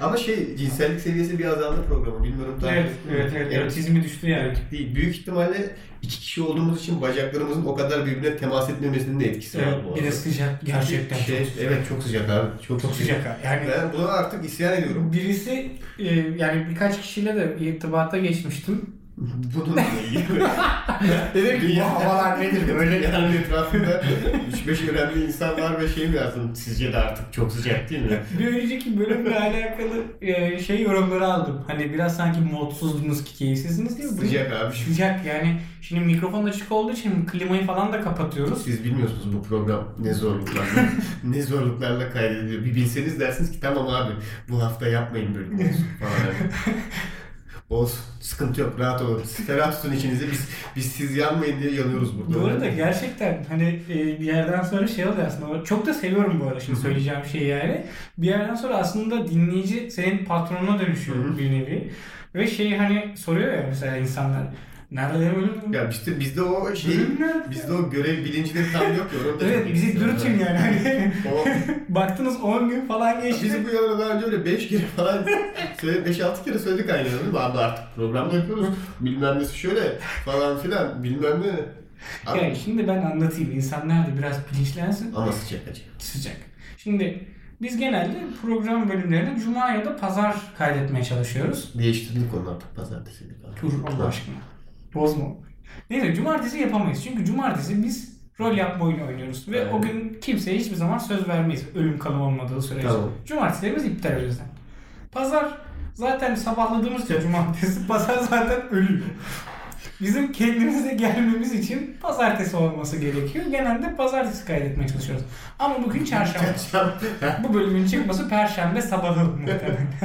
S1: Ama şey cinsellik seviyesi bir azaldı programı. Bilmiyorum daha.
S2: Evet, evet, evet. Erotizmi düştü yani.
S1: Değil. Büyük ihtimalle iki kişi olduğumuz için bacaklarımızın o kadar birbirine temas etmemesinin de etkisi var bu
S2: Evet,
S1: arada.
S2: bir de sıcak. Gerçekten
S1: Şey,
S2: çok,
S1: Evet çok sıcak abi. Çok,
S2: çok sıcak. ha. Yani
S1: Ben buna artık isyan ediyorum.
S2: Birisi e, yani birkaç kişiyle de irtibata geçmiştim.
S1: Bununla ilgili.
S2: Dedim ki bu
S1: Dünya-
S2: havalar nedir böyle?
S1: Dünyanın etrafında 3-5 önemli insan var ve şey mi yazdım? Sizce de artık çok sıcak değil mi?
S2: Bir önceki bölümle alakalı e, şey yorumları aldım. Hani biraz sanki modsuzdunuz ki keyifsizsiniz değil mi?
S1: sıcak abi.
S2: Sıcak yani. Şimdi mikrofon açık olduğu için klimayı falan da kapatıyoruz.
S1: Siz bilmiyorsunuz bu program ne zorluklarla, ne zorluklarla kaydediliyor. Bir bilseniz dersiniz ki tamam abi bu hafta yapmayın böyle olsun falan. Olsun. Sıkıntı yok. Rahat olun. Siz Ferah tutun içinizi. Biz, biz siz yanmayın diye yanıyoruz burada.
S2: Doğru da gerçekten hani e, bir yerden sonra şey oluyor aslında. Çok da seviyorum bu arada şimdi söyleyeceğim şeyi yani. Bir yerden sonra aslında dinleyici senin patronuna dönüşüyor
S1: Hı hı.
S2: bir nevi. Ve şey hani soruyor ya mesela insanlar. Nerede ölüm?
S1: Ya işte bizde o şey,
S2: Ölüm nerede?
S1: bizde o görev bilinci tam yok ya. Orada
S2: Evet bizi dürtün yani. Hani
S1: O,
S2: Baktınız 10 gün falan geçti.
S1: biz bu yalanı daha önce öyle 5 kere falan, 5-6 kere söyledik aynı yalanı. Ulan Abi artık programda yapıyoruz. Bilmem nesi şöyle falan filan bilmem ne. Abi,
S2: Yani şimdi ben anlatayım. İnsanlar da biraz bilinçlensin.
S1: Ama sıcak acı.
S2: Sıcak. Şimdi biz genelde program bölümlerini cuma ya da pazar kaydetmeye çalışıyoruz.
S1: Değiştirdik onu artık pazartesi gibi.
S2: Dur Allah aşkına. Bozma. Neyse cumartesi yapamayız. Çünkü cumartesi biz rol yapma oyunu oynuyoruz. Ve
S1: Evet.
S2: o gün kimseye hiçbir zaman söz vermeyiz. Ölüm kalım olmadığı sürece.
S1: Tamam.
S2: Cumartesilerimiz iptal o yüzden. Pazar zaten sabahladığımız için cumartesi. Pazar zaten ölüm. Bizim kendimize gelmemiz için pazartesi olması gerekiyor. Genelde pazartesi kaydetmeye çalışıyoruz. Ama bugün çarşamba. Bu bölümün çıkması perşembe sabahı muhtemelen.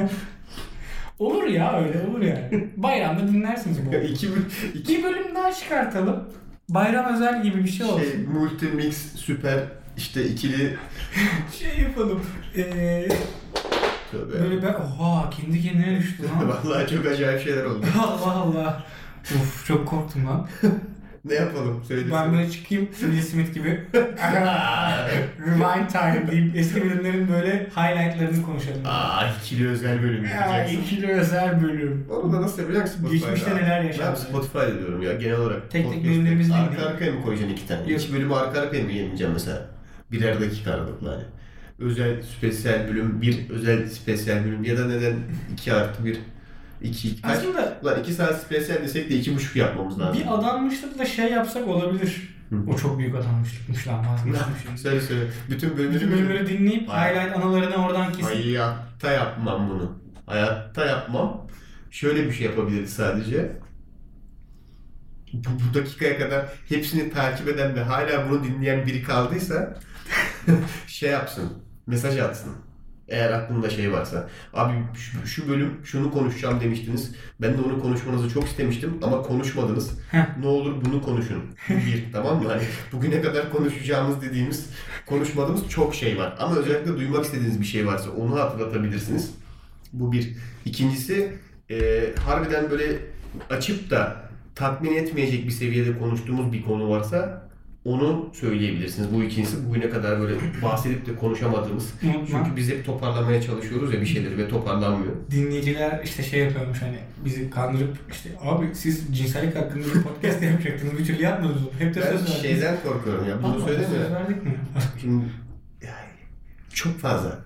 S2: olur ya öyle olur yani. Bayramda dinlersiniz bu.
S1: Ya iki, bu- iki
S2: İki bölüm daha çıkartalım. Bayram özel gibi bir şey olsun.
S1: şey, multi mix süper işte ikili
S2: Şey, yapalım. Ee,
S1: tövbe.
S2: böyle ben oha kendi kendine düştü lan.
S1: Vallahi çok acayip şeyler oldu.
S2: Allah Allah. Of çok korktum lan.
S1: Ne yapalım söylesin.
S2: Ben böyle çıkayım Will Smith gibi. Rewind time deyip eski bölümlerin böyle highlightlarını konuşalım.
S1: Aa ikili özel bölüm
S2: Ya,
S1: yapacaksın.
S2: ikili özel bölüm.
S1: Onu da nasıl yapacaksın Spotify'da?
S2: Geçmişte neler yaşandı?
S1: Ben Spotify'da diyorum ya genel olarak.
S2: Tek tek
S1: Podcast'te.
S2: bölümlerimiz değil
S1: Arka
S2: mi?
S1: arkaya mı koyacaksın iki tane?
S2: Yok.
S1: İki bölümü arka arkaya mı yayınlayacaksın mesela? Birer dakika aralıkla hani. Özel spesiyel bölüm bir, özel spesiyel bölüm ya da neden iki artı bir, iki, iki kaç?
S2: Aslında
S1: Ulan iki saat spesiyel desek de iki buçuk yapmamız lazım.
S2: Bir adanmışlık da şey yapsak olabilir.
S1: Hı.
S2: O çok büyük adanmışlıkmış lan vazgeçmişim.
S1: Söyle söyle. Bütün
S2: Bütün
S1: bölümleri
S2: bölümleri dinleyip
S1: Hayır.
S2: highlight analarını oradan kesip
S1: Hayatta yapmam bunu. Hayatta yapmam. Şöyle bir şey yapabiliriz sadece. Bu, bu dakikaya kadar hepsini takip eden ve hala bunu dinleyen biri kaldıysa şey yapsın. Mesaj atsın. Eğer aklında şey varsa. Abi şu, şu bölüm şunu konuşacağım demiştiniz. Ben de onu konuşmanızı çok istemiştim ama konuşmadınız.
S2: Heh.
S1: ne olur bunu konuşun. Bu Bir tamam mı? Hani bugüne kadar konuşacağımız dediğimiz konuşmadığımız çok şey var. Ama özellikle duymak istediğiniz bir şey varsa onu hatırlatabilirsiniz. Bu bir. İkincisi e, harbiden böyle açıp da tatmin etmeyecek bir seviyede konuştuğumuz bir konu varsa onu söyleyebilirsiniz. Bu ikincisi bugüne kadar böyle bahsedip de konuşamadığımız.
S2: unutma.
S1: Çünkü biz hep toparlamaya çalışıyoruz ya bir şeyleri ve toparlanmıyor.
S2: Dinleyiciler işte şey yapıyormuş hani bizi kandırıp işte abi siz cinsellik hakkında bir podcast yapacaktınız bir türlü yapmadınız. Hep de
S1: Ben
S2: söz verdiniz.
S1: şeyden korkuyorum ya.
S2: Aa,
S1: Bunu söylemiyorum.
S2: Söz verdik mi?
S1: Şimdi yani çok fazla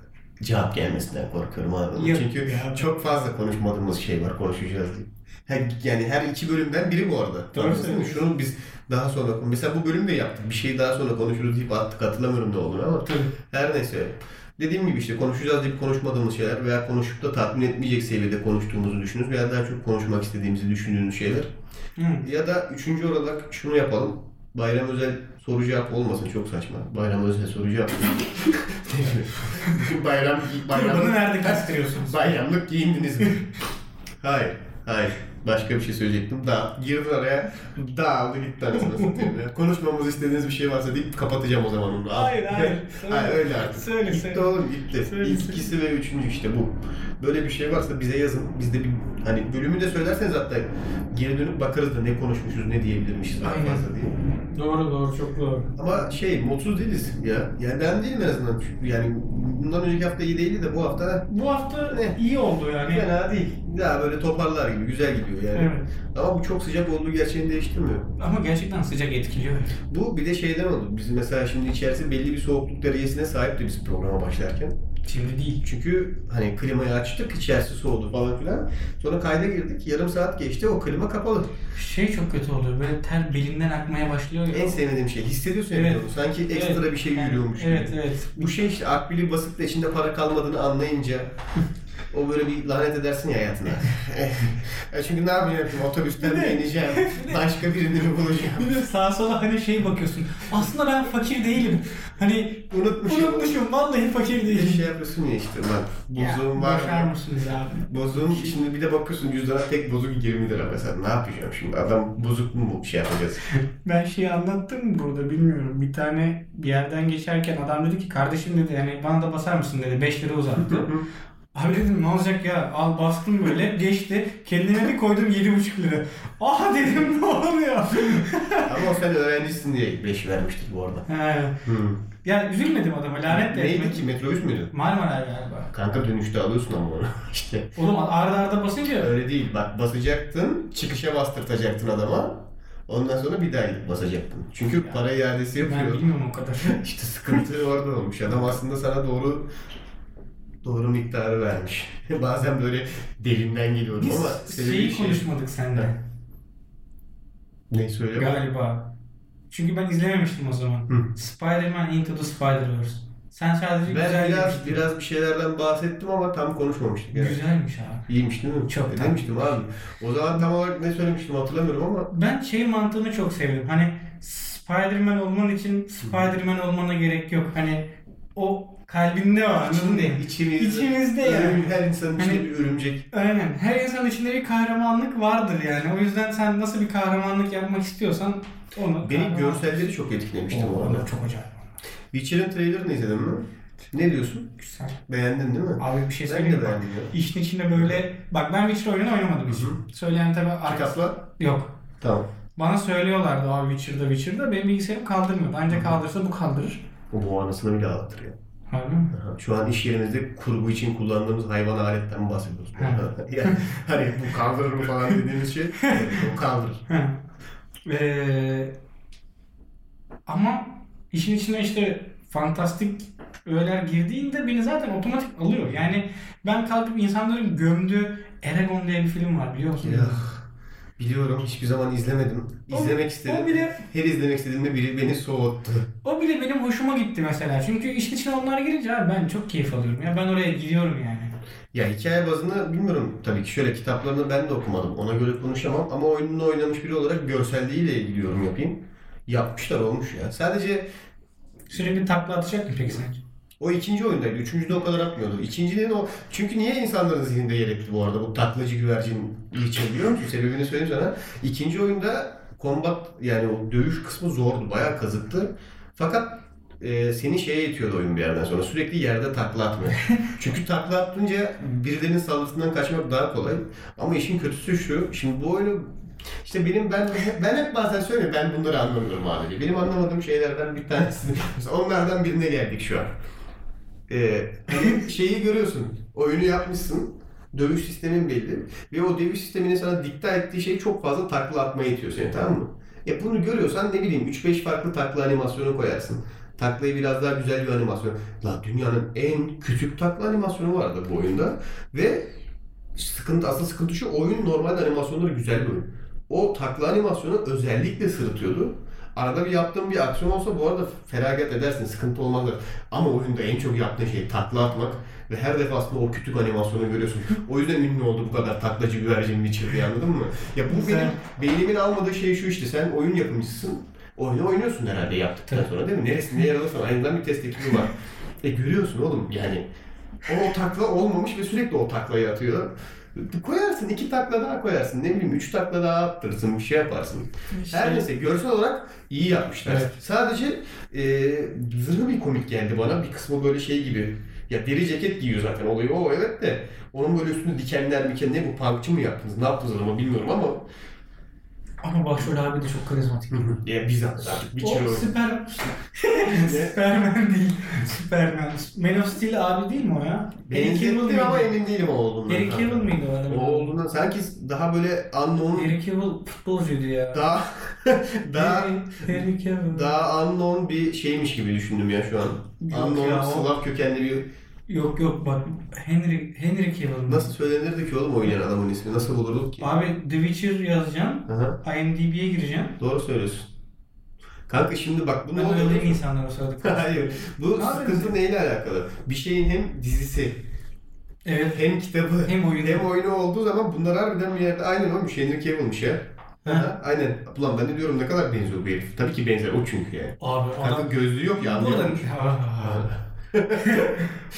S1: cevap gelmesinden korkuyorum abi.
S2: Yok
S1: Çünkü
S2: ya.
S1: çok fazla konuşmadığımız şey var konuşacağız diye. Her, yani her iki bölümden biri bu arada.
S2: Doğru
S1: Anladın mı?
S2: söylüyorsun.
S1: Şunu biz daha sonra mesela bu bölümde yaptık. Bir şey daha sonra konuşuruz deyip attık hatırlamıyorum ne olduğunu ama
S2: Tabii.
S1: her neyse. Dediğim gibi işte konuşacağız deyip konuşmadığımız şeyler veya konuşup da tatmin etmeyecek seviyede konuştuğumuzu düşünürüz veya daha çok konuşmak istediğimizi düşündüğünüz şeyler.
S2: Hı.
S1: Ya da üçüncü olarak şunu yapalım. Bayram özel soru cevap olmasın çok saçma. Bayram özel soru cevap. bayram
S2: Kurbanı
S1: bayram
S2: nerede kastırıyorsunuz?
S1: bayramlık giyindiniz mi? hayır, hayır. Başka bir şey söyleyecektim. Daha girdin araya. Dağıldı gitti anasını satayım ya. Konuşmamızı istediğiniz bir şey varsa deyip kapatacağım o zaman onu.
S2: Hayır, hayır.
S1: hayır öyle artık.
S2: Söyle
S1: Gitti
S2: söyle.
S1: oğlum gitti.
S2: Söyle,
S1: İlk
S2: söyle.
S1: ikisi ve üçüncü işte bu. Böyle bir şey varsa bize yazın. Biz de bir hani bölümü de söylerseniz hatta geri dönüp bakarız da ne konuşmuşuz, ne diyebilirmişiz daha
S2: Aynen.
S1: fazla diye.
S2: Doğru doğru çok doğru.
S1: Ama şey mutsuz değiliz ya. Yani ben değilim en azından. Yani bundan önceki hafta iyi değildi de bu hafta
S2: Bu hafta
S1: Ne?
S2: iyi oldu yani.
S1: fena değil. Daha böyle toparlar gibi güzel gidiyor yani.
S2: Evet.
S1: Ama bu çok sıcak olduğu gerçeğini değiştirmiyor.
S2: Ama gerçekten sıcak etkiliyor.
S1: Bu bir de şeyden oldu. Biz mesela şimdi içerisi belli bir soğukluk derecesine sahipti biz programa başlarken.
S2: Şimdi değil.
S1: Çünkü hani klimayı açtık, içerisi soğudu falan filan. Sonra kayda girdik, yarım saat geçti, o klima kapalı.
S2: Şey çok kötü oluyor. Böyle ter belinden akmaya başlıyor ya.
S1: En sevmediğim şey, hissediyorsun
S2: Evet.
S1: evet. onu. Sanki ekstra bir şey
S2: Yani,
S1: yürüyormuş gibi.
S2: Evet evet.
S1: Bu şey işte akbili basıp da içinde para kalmadığını anlayınca o böyle bir lanet edersin ya hayatına. Ya çünkü ne yapacağım şimdi otobüsten mi ineceğim, başka birini mi bulacağım?
S2: Bir de sağa sola hani şey bakıyorsun. Aslında ben fakir değilim. Hani
S1: Unutmuşum.
S2: unutmuşum vallahi fakir
S1: Bir
S2: değilim.
S1: şey yapıyorsun ya işte lan
S2: Ya,
S1: bozuğum şey var
S2: Boşar
S1: mı?
S2: mısınız abi?
S1: Bozuğun şimdi bir de bakıyorsun cüzdana tek bozuk 20 lira mesela ne yapacağım şimdi adam bozuk mu bu şey yapacağız?
S2: Ben şeyi anlattım mı burada bilmiyorum. Bir hani tane bir yerden geçerken adam dedi ki kardeşim dedi yani bana da basar mısın dedi. 5 lira uzattı. Abi dedim ne olacak ya al bastım böyle geçti kendime bir koydum 7,5 lira. Ah dedim ne oluyor.
S1: Ama sen öğrencisin diye 5 vermiştik bu arada.
S2: He. ya üzülmedim adama lanet de
S1: Neydi
S2: etmedim.
S1: ki metrobüs müydü?
S2: Marmara galiba.
S1: Kanka dönüşte alıyorsun ama onu. işte
S2: Oğlum arda arda basınca
S1: öyle değil. Bak basacaktın, çıkışa bastırtacaktın adama. Ondan sonra bir daha gidip basacaktın. Çünkü
S2: Ya.
S1: para iadesi
S2: ben
S1: yapıyor.
S2: bilmiyorum o kadar.
S1: İşte sıkıntı orada olmuş. Adam aslında sana doğru doğru miktarı vermiş. Bazen böyle derinden geliyorum ama
S2: Biz
S1: sebebi
S2: şeyi
S1: şey-
S2: konuşmadık
S1: Ha.
S2: seninle
S1: Ne söyle?
S2: galiba. Çünkü ben izlememiştim o zaman.
S1: Hı.
S2: Spider-Man Into the Spider-Verse. Sen sadece
S1: Ben
S2: güzel
S1: biraz
S2: demiştin.
S1: biraz bir şeylerden bahsettim ama tam konuşmamıştık. Yani.
S2: Güzelmiş abi.
S1: İyiymiş değil mi?
S2: Çok
S1: E, demiştim abi. O zaman tam olarak ne söylemiştim hatırlamıyorum ama
S2: Ben şey mantığını çok sevdim. Hani Spider-Man olman için Spider-Man olmana gerek yok. Hani o kalbinde var anladın mı?
S1: içimizde,
S2: İçimizde
S1: örüm-
S2: yani.
S1: her insanın içinde
S2: Hani-
S1: bir örümcek.
S2: Aynen. Her insanın içinde bir kahramanlık vardır yani. O yüzden sen nasıl bir kahramanlık yapmak istiyorsan onu...
S1: Beni
S2: kahraman-
S1: görselleri çok etkilemişti bu
S2: Oo,
S1: arada.
S2: Çok acayip.
S1: Witcher'ın trailerını izledin mi? Ne diyorsun?
S2: Güzel.
S1: Beğendin değil mi?
S2: Abi bir şey
S1: ben
S2: söyleyeyim
S1: de
S2: mi? Bak,
S1: beğendim ya.
S2: İşin içinde böyle... Bak ben Witcher oyununu oynamadım hiç.
S1: Hı hı.
S2: Söyleyen tabii... arkası-
S1: Kitapla?
S2: Yok.
S1: Tamam.
S2: Bana söylüyorlardı abi Witcher'da Witcher'da. Benim bilgisayarım kaldırmıyordu. Ancak kaldırsa bu kaldırır.
S1: O bu anasını bile ağlatır ya.
S2: Harbi mi?
S1: Aha. Şu an iş yerimizde kurgu için kullandığımız hayvan aletten bahsediyoruz.
S2: Hı.
S1: yani hani bu kaldırır mı falan dediğimiz şey evet, o kaldırır.
S2: Hı. Ee, ama işin içine işte fantastik öğeler girdiğinde beni zaten otomatik alıyor. Yani ben kalkıp insanların gömdüğü Eragon diye bir film var biliyor musun?
S1: Ya, biliyorum hiçbir zaman izlemedim.
S2: O-
S1: İzlemek
S2: o
S1: istedim.
S2: bile-
S1: Her izlemek istediğimde biri beni soğuttu.
S2: O bile benim hoşuma gitti mesela. Çünkü işin içine onlar girince abi ben çok keyif alıyorum. Ya ben oraya gidiyorum yani.
S1: Ya hikaye bazında bilmiyorum tabii ki şöyle kitaplarını ben de okumadım. Ona göre konuşamam ama oyununu oynamış biri olarak görselliğiyle ilgili yorum yapayım. Yapmışlar olmuş ya. Sadece
S2: Sürekli takla atacak mı peki sen?
S1: o ikinci oyundaydı. Üçüncüde o kadar atmıyordu. İkincinin o... Çünkü niye insanların zihninde yer etti bu arada bu taklacı güvercin için biliyor musun? Sebebini söyleyeyim sana. İkinci oyunda kombat yani o dövüş kısmı zordu. Bayağı kazıktı. Fakat e, seni şeye yetiyordu oyun bir yerden sonra. Sürekli yerde takla atmaya. Çünkü takla atınca birilerinin saldırısından kaçmak daha kolay. Ama işin kötüsü şu. Şimdi bu oyunu işte benim ben ben hep bazen söylüyorum ben bunları anlamıyorum abi. Benim anlamadığım şeylerden bir tanesi. Mesela onlardan birine geldik şu an. Ee, hani şeyi görüyorsun. Oyunu yapmışsın. Dövüş sistemin belli. Ve o dövüş sisteminin sana dikte ettiği şey çok fazla takla atmaya itiyor seni tamam mı? E bunu görüyorsan ne bileyim 3-5 farklı takla animasyonu koyarsın. Taklayı biraz daha güzel bir animasyon. La dünyanın en küçük takla animasyonu vardı bu oyunda. Ve sıkıntı asıl sıkıntı şu oyun normal animasyonları güzel bir oyun. O takla animasyonu özellikle sırıtıyordu. Arada bir yaptığım bir aksiyon olsa bu arada feragat edersin, sıkıntı olmaz. Ama oyunda en çok yaptığın şey takla atmak ve her defasında o kütük animasyonu görüyorsun. O yüzden ünlü oldu bu kadar taklacı güvercin Witcher'dı anladın mı? Ya bu
S2: Güzel.
S1: benim beynimin almadığı şey şu işte sen oyun yapımcısın. Oyunu oynuyorsun herhalde yaptıktan
S2: Tabii.
S1: sonra değil mi? Neresinde yer alırsan ayından bir test ekibi var. e görüyorsun oğlum yani. O, o takla olmamış ve sürekli o taklayı atıyor. Koyarsın iki takla daha koyarsın ne bileyim üç takla daha attırırsın bir şey yaparsın. Her neyse görsel olarak iyi yapmışlar.
S2: Evet.
S1: Sadece e, zırhı bir komik geldi bana. Bir kısmı böyle şey gibi. Ya deri ceket giyiyor zaten olayı o evet de. Onun böyle üstünde dikenler miken ne bu punkçı mı yaptınız ne yaptınız ama bilmiyorum ama.
S2: Ama başrol abi de çok karizmatik.
S1: ya biz artık bir
S2: O
S1: çırı
S2: süper... Superman değil. Superman. Man of Steel abi değil mi o ya? Henry Cavill
S1: Benzettim
S2: miydi?
S1: ama emin değilim o olduğundan.
S2: Henry Cavill miydi o adam?
S1: O olduğundan sanki daha böyle unknown,
S2: Henry Cavill futbolcuydu ya.
S1: daha daha
S2: Henry- Henry Cavill.
S1: daha unknown bir şeymiş gibi düşündüm ya şu an.
S2: Yok
S1: Unknown
S2: ya, o-
S1: Slav kökenli bir
S2: Yok yok bak Henry Henry Cavill.
S1: Nasıl söylenirdi ki oğlum oynayan adamın ismi? Nasıl bulurduk ki?
S2: Abi The Witcher yazacağım.
S1: Aha,
S2: IMDb'ye gireceğim.
S1: doğru söylüyorsun. Kanka şimdi bak bu ne
S2: Ben
S1: oluyor?
S2: öldüğüm insanlar o sırada.
S1: Hayır. Bu
S2: Ne
S1: sıkıntı
S2: yapıyorsun?
S1: neyle alakalı? Bir şeyin hem dizisi,
S2: Evet.
S1: hem kitabı,
S2: Hem oyunu.
S1: hem oyunu olduğu zaman bunlar harbiden bir yerde aynen olmuş. Henry Cavill'mış ya. Aha, aynen. Ulan ben de diyorum ne kadar benziyor bu herif. Tabii ki benzer o çünkü yani.
S2: Abi
S1: Kanka
S2: adam...
S1: gözlüğü yok ya.
S2: Bu arada...
S1: anlayamamış.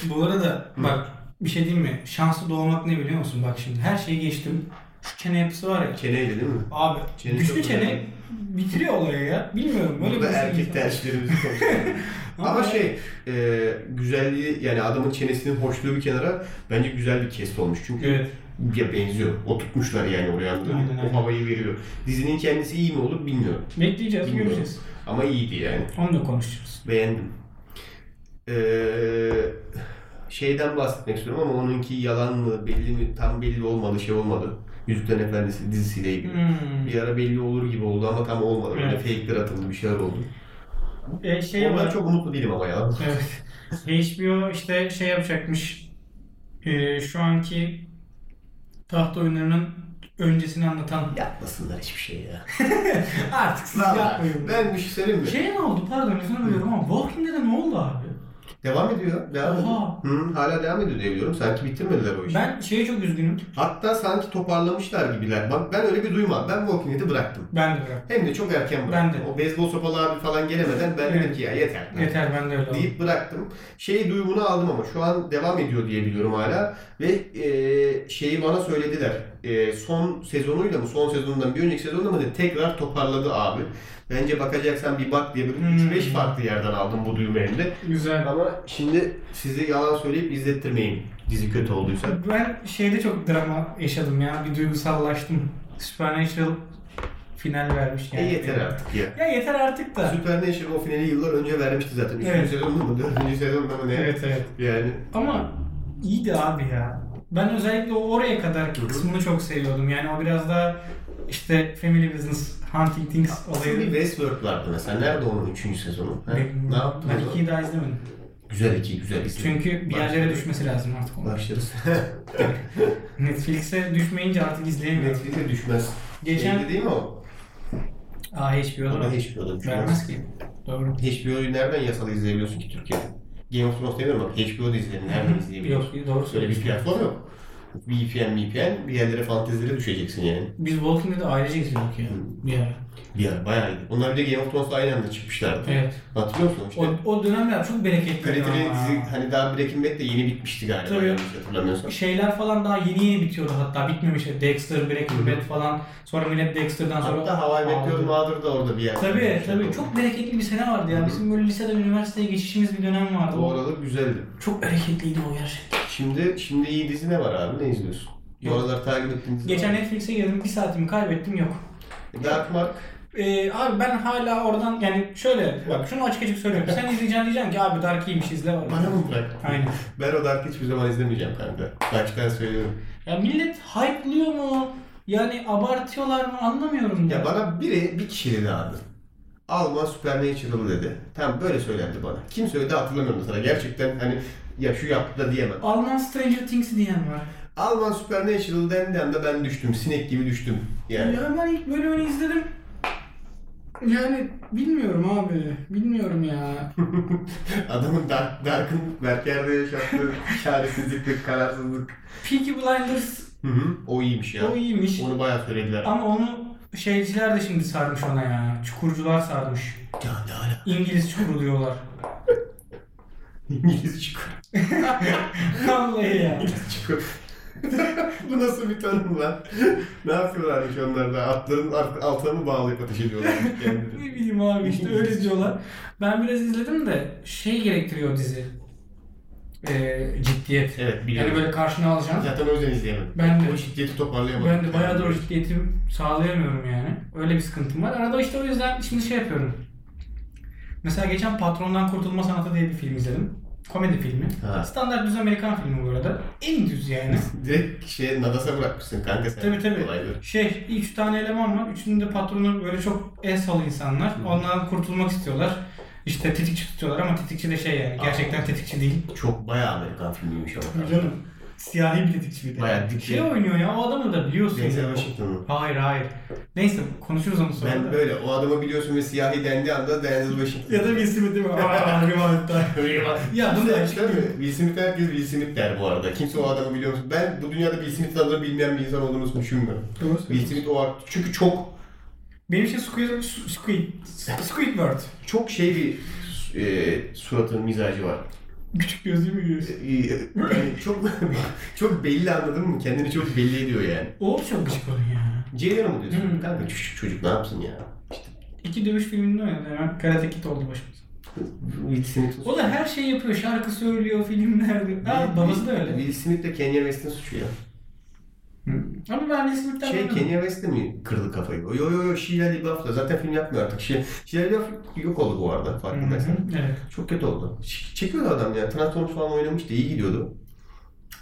S2: Bu arada bak bir şey diyeyim mi? Şanslı doğmak ne biliyor musun? Bak şimdi her şeyi geçtim. Şu çene yapısı var ya.
S1: Çeneyle değil mi?
S2: Abi
S1: Çene
S2: güçlü
S1: çok
S2: çene
S1: önemli.
S2: bitiriyor olayı ya. Bilmiyorum böyle
S1: Burada
S2: bir şey
S1: erkek tercihlerimizi konuşuyoruz. Ama şey e, güzelliği yani adamın çenesinin hoşluğu bir kenara bence güzel bir kest olmuş. Çünkü
S2: Evet.
S1: ya benziyor. Oturtmuşlar yani oraya. anladın mı?
S2: Aynen, aynen.
S1: O havayı veriyor. Dizinin kendisi iyi mi olur bilmiyorum.
S2: Bekleyeceğiz,
S1: Bilmiyorum.
S2: göreceğiz.
S1: Ama iyiydi yani.
S2: Onu da konuşacağız.
S1: Beğendim. Ee, şeyden bahsetmek istiyorum ama onunki yalan mı belli mi tam belli olmadı şey olmadı. Yüzüklerin Efendisi dizisiyle ilgili.
S2: Hmm.
S1: Bir ara belli olur gibi oldu ama tam olmadı. Böyle
S2: Evet.
S1: fake'ler atıldı bir şeyler oldu.
S2: E, şey
S1: Ondan
S2: var.
S1: çok umutlu değilim ama ya.
S2: Evet. HBO işte şey yapacakmış. E, şu anki taht oyunlarının öncesini anlatan.
S1: Yapmasınlar hiçbir şey ya.
S2: Artık siz yapmayın.
S1: Vallahi ben bir şey söyleyeyim mi?
S2: Şey ne oldu? Pardon lafını bölüyorum ama Walking Dead'e ne oldu abi?
S1: Devam ediyor. Devam ediyor.
S2: Oha.
S1: Hı, hala devam ediyor diye biliyorum. Sanki bitirmediler o işi.
S2: Ben şeye çok üzgünüm.
S1: Hatta sanki toparlamışlar gibiler. Ben, ben öyle bir duymadım. Ben Walking Dead'i bıraktım.
S2: Ben de bırak.
S1: Hem de çok erken
S2: Ben
S1: bıraktım.
S2: de.
S1: O beyzbol sopalı abi falan gelemeden ben
S2: Evet.
S1: dedim ki ya yeter.
S2: Yeter ben de öyle oldum.
S1: deyip bıraktım. Şey duyumunu aldım ama şu an devam ediyor diye biliyorum hala. Ve e, şeyi bana söylediler. E, son sezonuyla mı son sezonundan bir önceki sezonda mı ne, tekrar toparladı abi. Bence bakacaksan bir bak diye böyle
S2: Hmm.
S1: 3-5 farklı yerden aldım bu duyumu elimde.
S2: Güzel.
S1: Ama şimdi sizi yalan söyleyip izlettirmeyin. Dizi kötü olduysa.
S2: Ben şeyde çok drama yaşadım ya. Bir duygusallaştım. Supernatural final vermiş
S1: E
S2: yani.
S1: yeter artık ya.
S2: Ya yeter artık da.
S1: Supernatural o finali yıllar önce vermişti zaten. Üçüncü
S2: Evet.
S1: sezonda mı? Dördüncü sezonda mı ne?
S2: Evet evet.
S1: Yani
S2: Ama iyiydi abi ya. Ben özellikle o oraya kadar
S1: Hı hı.
S2: kısmını çok seviyordum. Yani o biraz daha işte Family Business, Hunting Things
S1: Aslında bir
S2: olayı.
S1: Westworld vardı mesela. Nerede onun üçüncü sezonu? Ha?
S2: Ben-
S1: Ne yaptınız?
S2: Ben ikiyi daha izlemedim.
S1: Güzel iki, güzel iki.
S2: Çünkü bir
S1: şey-
S2: yerlere düşmesi lazım artık onun.
S1: Başlarız.
S2: Netflix'e düşmeyince artık izleyemiyorum.
S1: Netflix'e düşmez.
S2: Geçen-
S1: Şeyde değil mi o?
S2: Aa
S1: O da
S2: HBO'da
S1: HBO'da düşmez.
S2: vermez ki. Doğru.
S1: HBO'yu nereden yasal izleyebiliyorsun ki Türkiye'de? Game of Thrones demiyorum ama HBO'da izleyelim. Nereden izleyebiliyorsun?
S2: Yok doğru
S1: Böyle bir
S2: söylüyorsun.
S1: platform yok. VPN, VPN bir E yerlere fantezilere düşeceksin yani.
S2: Biz Walking Dead'i ailece izliyorduk ya. Bir ara.
S1: Bir ara bayağı iyi. Onlar bir de Game of Thrones'la aynı anda çıkmışlardı.
S2: Evet.
S1: Hatırlıyor musun? İşte
S2: O, o dönemler çok bereketli.
S1: kaliteli dizi, hani daha Breaking Bad de yeni bitmişti galiba.
S2: Tabii.
S1: Yanlış hatırlamıyorsam.
S2: şeyler falan daha yeni yeni bitiyordu hatta bitmemiş Dexter, Breaking Bad falan sonra millet Dexter'dan sonra
S1: Hatta Hawaii
S2: Aldı.
S1: Meteor Mother da orada bir yer.
S2: Tabii tabii çok bereketli bir sene vardı ya bizim böyle liseden üniversiteye geçişimiz bir dönem vardı.
S1: Bu aralar güzeldi.
S2: Çok bereketliydi o gerçekten.
S1: Şimdi şimdi iyi dizi ne var abi? Ne izliyorsun? Bu aralar takip ettiğiniz dizi
S2: Geçen
S1: var mı?
S2: Netflix'e girdim bir saatimi kaybettim yok.
S1: Dark Mark
S2: Ee, abi ben hala oradan yani şöyle bak şunu açık açık söylüyorum. Sen izleyeceksin diyeceksin ki abi Dark iyiymiş izle var.
S1: bana mı bırak?
S2: Aynen.
S1: Ben o Dark'ı hiçbir zaman izlemeyeceğim kanka. Baştan söylüyorum.
S2: Ya millet hype'lıyor mu? Yani abartıyorlar mı anlamıyorum.
S1: Ya
S2: Ya.
S1: bana biri bir kişi dedi abi. Alman Supernatural dedi. Tam böyle söylendi bana. Kim söyledi hatırlamıyorum mesela. Gerçekten hani ya şu yaptı da diyemem.
S2: Alman Stranger Things diyen var.
S1: Alman Supernatural dendiği anda ben düştüm. Sinek gibi düştüm. Yani
S2: Ya ben ilk bölümünü izledim. Yani bilmiyorum abi. Bilmiyorum ya.
S1: adamın Dark, Dark'ın merkezde yaşattığı çaresizlik, kararsızlık.
S2: Peaky Blinders
S1: Hı hı. O iyiymiş ya.
S2: o iyiymiş.
S1: Onu bayağı söylediler.
S2: Ama onu şeyciler de şimdi sarmış ona ya. Çukurcular sarmış.
S1: Ya ne ala?
S2: İngiliz çukuru diyorlar.
S1: İngiliz çukur.
S2: Vallahi ya.
S1: İngiliz çukur. Bu nasıl bir tanım lan? ne yapıyorlarmış onlar da? Atların art- altına mı bağlayıp ateş ediyorlar?
S2: Ne
S1: kendileri?
S2: bileyim abi işte öyle diyorlar. Ben biraz izledim de şey gerektiriyor dizi. Ee, ciddiyet.
S1: evet
S2: Yani
S1: biliyorum.
S2: böyle karşına alacaksın.
S1: Zaten o yüzden izleyemedim.
S2: Ben de.
S1: O şiddeti toparlayamadım.
S2: Ben de bayağıdır o ciddiyeti sağlayamıyorum yani. Öyle bir sıkıntım var. Arada işte o yüzden şimdi şey yapıyorum. Mesela geçen Patrondan Kurtulma Sanatı diye bir film izledim. Komedi filmi.
S1: Ha.
S2: Standart düz Amerikan filmi bu arada. En düz yani.
S1: Direkt şeye Nadas'a bırakmışsın kanka sen.
S2: Tabii, tabii.
S1: Olayları.
S2: Şey, üç tane eleman var. Üçünün de patronu böyle çok el salı insanlar. Onlardan kurtulmak istiyorlar. İşte tetikçi tutuyorlar ama tetikçi de şey yani. Gerçekten tetikçi değil.
S1: Çok bayağı Amerikan filmiymiş ama.
S2: Siyahi bir tetikçi bir de.
S1: Bayağı dik
S2: Şey
S1: yani.
S2: oynuyor ya o adamı da biliyorsun.
S1: Denzel Washington'ın.
S2: Hayır hayır. Neyse konuşuruz onu sonra. da.
S1: Ben böyle o adamı biliyorsun ve siyahi dendiği anda Denzel Washington.
S2: Ya da Will Smith değil mi? Aa, Rivalit'ten. Ya bunu da
S1: Değil mi? Will Smith herkes Will Smith der bu arada. Kimse o adamı biliyor musun? Ben bu dünyada Will Smith'in adını bilmeyen bir insan olduğunu düşünmüyorum. Will Smith o art- Çünkü çok
S2: Benim için Squid, Squid, Squidward.
S1: çok şey bir e, suratın mizacı var.
S2: Küçük gözlüğü mü görüyorsun?
S1: E, yani çok çok belli anladın mı? Kendini çok belli ediyor yani.
S2: O çok gıcık onun ya.
S1: Ceylan'a mı diyorsun?
S2: Hı.
S1: Kanka çocuk, çocuk ne yapsın ya?
S2: İki dövüş filminde oynadı hemen. Karate Kid oldu başımıza.
S1: Will Smith'in
S2: O da her şeyi yapıyor. Şarkı söylüyor, filmlerde. Ha, babası da öyle.
S1: Will Smith de Kanye West'in suçu ya.
S2: Ama ben Will Smith'ten
S1: Şey
S2: memnunum.
S1: Kanye West de mi kırdı kafayı? Yo yo yo Shia LaBeouf da zaten film yapmıyor artık. Shia, Shia LaBeouf yok oldu bu arada
S2: Hı hı,
S1: farkındaysan.
S2: Evet.
S1: Çok kötü oldu. Ç- Çekiyordu adam ya. Transformers falan oynamıştı. iyi gidiyordu.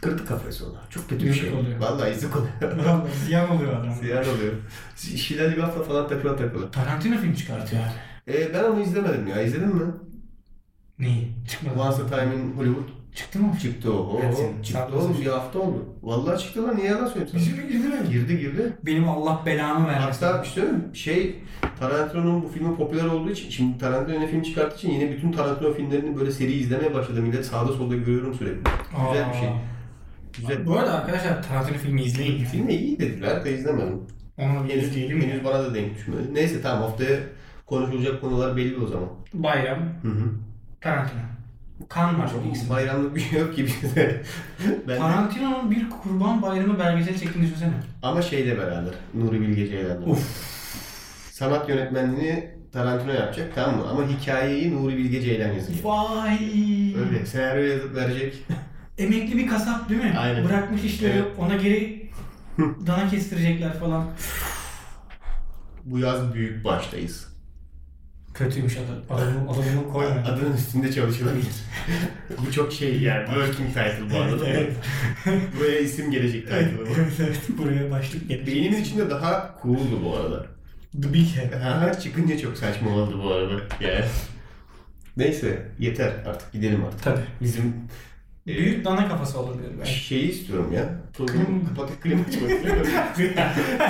S1: Kırdı kafayı sonra. Çok kötü bir
S2: Yazık
S1: şey.
S2: oluyor.
S1: Vallahi yazık oluyor.
S2: Vallahi ziyan oluyor adam.
S1: Ziyan oluyor. Shia LaBeouf'la falan takıla takıla.
S2: Tarantino film çıkartıyor abi.
S1: E, ben onu izlemedim ya. İzledin mi?
S2: Neyi? Çıkmadı.
S1: Once Upon a Time in Hollywood
S2: Çıktı mı?
S1: çıktı o.
S2: Evet, sen-
S1: o çıktı
S2: sen
S1: oğlum
S2: nasıl-
S1: bir hafta oldu. Vallahi çıktı lan niye yalan söylüyorsun?
S2: Bizim izlemedik.
S1: Girdi girdi.
S2: Benim Allah belamı vermesin.
S1: Hatta işte şey Tarantino'nun bu filmi popüler olduğu için şimdi Tarantino yeni film çıkarttığı için yine bütün Tarantino filmlerini böyle seri izlemeye başladım. Millet sağda solda görüyorum sürekli. Güzel bir şey. Güzel.
S2: Bu arada arkadaşlar Tarantino filmi izleyin.
S1: Film de iyi dediler de izlemedim.
S2: Onu bir
S1: Henüz,
S2: izleyelim
S1: henüz
S2: mi?
S1: bana da denk düşmedi. Neyse tamam haftaya konuşulacak konular belli o zaman.
S2: Bayram,
S1: Hı hı.
S2: Tarantino. Kan var çok
S1: Çok
S2: ikisi.
S1: bayramlık bir şey yok ki bizde. ben
S2: Tarantino'nun bir kurban bayramı belgeseli çektiğini düşünsene.
S1: Ama şeyle beraber Nuri Bilge Ceylan'la. Sanat yönetmenliğini Tarantino yapacak tamam mı? Ama hikayeyi Nuri Bilge Ceylan yazacak.
S2: Vay.
S1: Öyle. Senaryo yazıp verecek.
S2: Emekli bir kasap değil mi?
S1: Aynen.
S2: Bırakmış işleri
S1: Evet.
S2: ona geri dana kestirecekler falan.
S1: Bu yaz büyük baştayız.
S2: Kötüymüş adam. Adamı, adamını koyma.
S1: Adının üstünde çalışılabilir. bu çok şey yani working title bu arada.
S2: Evet,
S1: Buraya isim gelecek title. bu.
S2: evet evet buraya başlık gelir.
S1: Beynimin içinde daha cool'du bu arada.
S2: The Big Head.
S1: Ha, çıkınca çok saçma oldu bu arada. Yani. Neyse yeter artık gidelim artık.
S2: Tabii.
S1: Bizim Ee,
S2: Büyük dana kafası olur diyorum ben.
S1: Şeyi istiyorum ya. Programı kapatıp klima açmak istiyorum.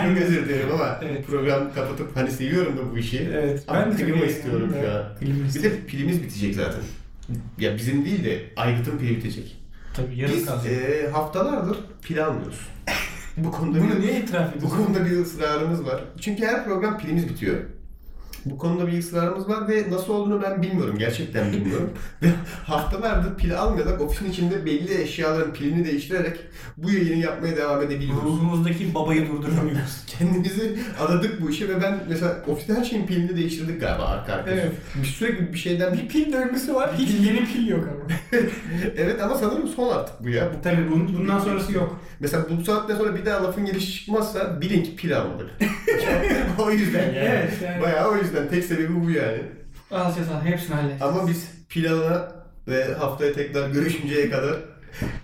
S1: Çok özür dilerim ama
S2: Evet.
S1: programı kapatıp hani seviyorum da bu işi.
S2: Evet.
S1: Ama
S2: ben de
S1: klima
S2: çok
S1: istiyorum
S2: eğlendim.
S1: şu an.
S2: Klima
S1: Bir
S2: istiyorum.
S1: de pilimiz bitecek zaten. Ya bizim değil de Aygıt'ın pili bitecek.
S2: Tabii yarım
S1: Biz
S2: kalacak.
S1: eee, haftalardır pil almıyoruz. bu konuda
S2: Bunu
S1: bir,
S2: niye itiraf
S1: bu
S2: ediyorsun?
S1: konuda bir ısrarımız var. Çünkü her program pilimiz bitiyor. Bu konuda bir ısrarımız var ve nasıl olduğunu ben bilmiyorum. Gerçekten bilmiyorum. ve haftalardır pil almayarak ofisin içinde belli eşyaların pilini değiştirerek bu yayını yapmaya devam edebiliyoruz.
S2: Ruhumuzdaki babayı durduramıyoruz.
S1: Kendimizi adadık bu işe ve ben mesela ofiste her şeyin pilini değiştirdik galiba arka arkaya.
S2: Evet.
S1: Biz sürekli bir şeyden...
S2: Bir pil döngüsü var. Hiç yeni pil yok ama.
S1: evet ama sanırım son artık bu ya. Bu-
S2: Tabii bun- bundan sonrası yok.
S1: Mesela bu saatten sonra bir daha lafın gelişi çıkmazsa bilin ki pil almadık. o yüzden yani.
S2: Evet, yani.
S1: Bayağı o yüzden. Tek sebebi bu yani.
S2: Al Sezar hepsini hallet.
S1: Ama biz pil alana ve haftaya tekrar görüşünceye kadar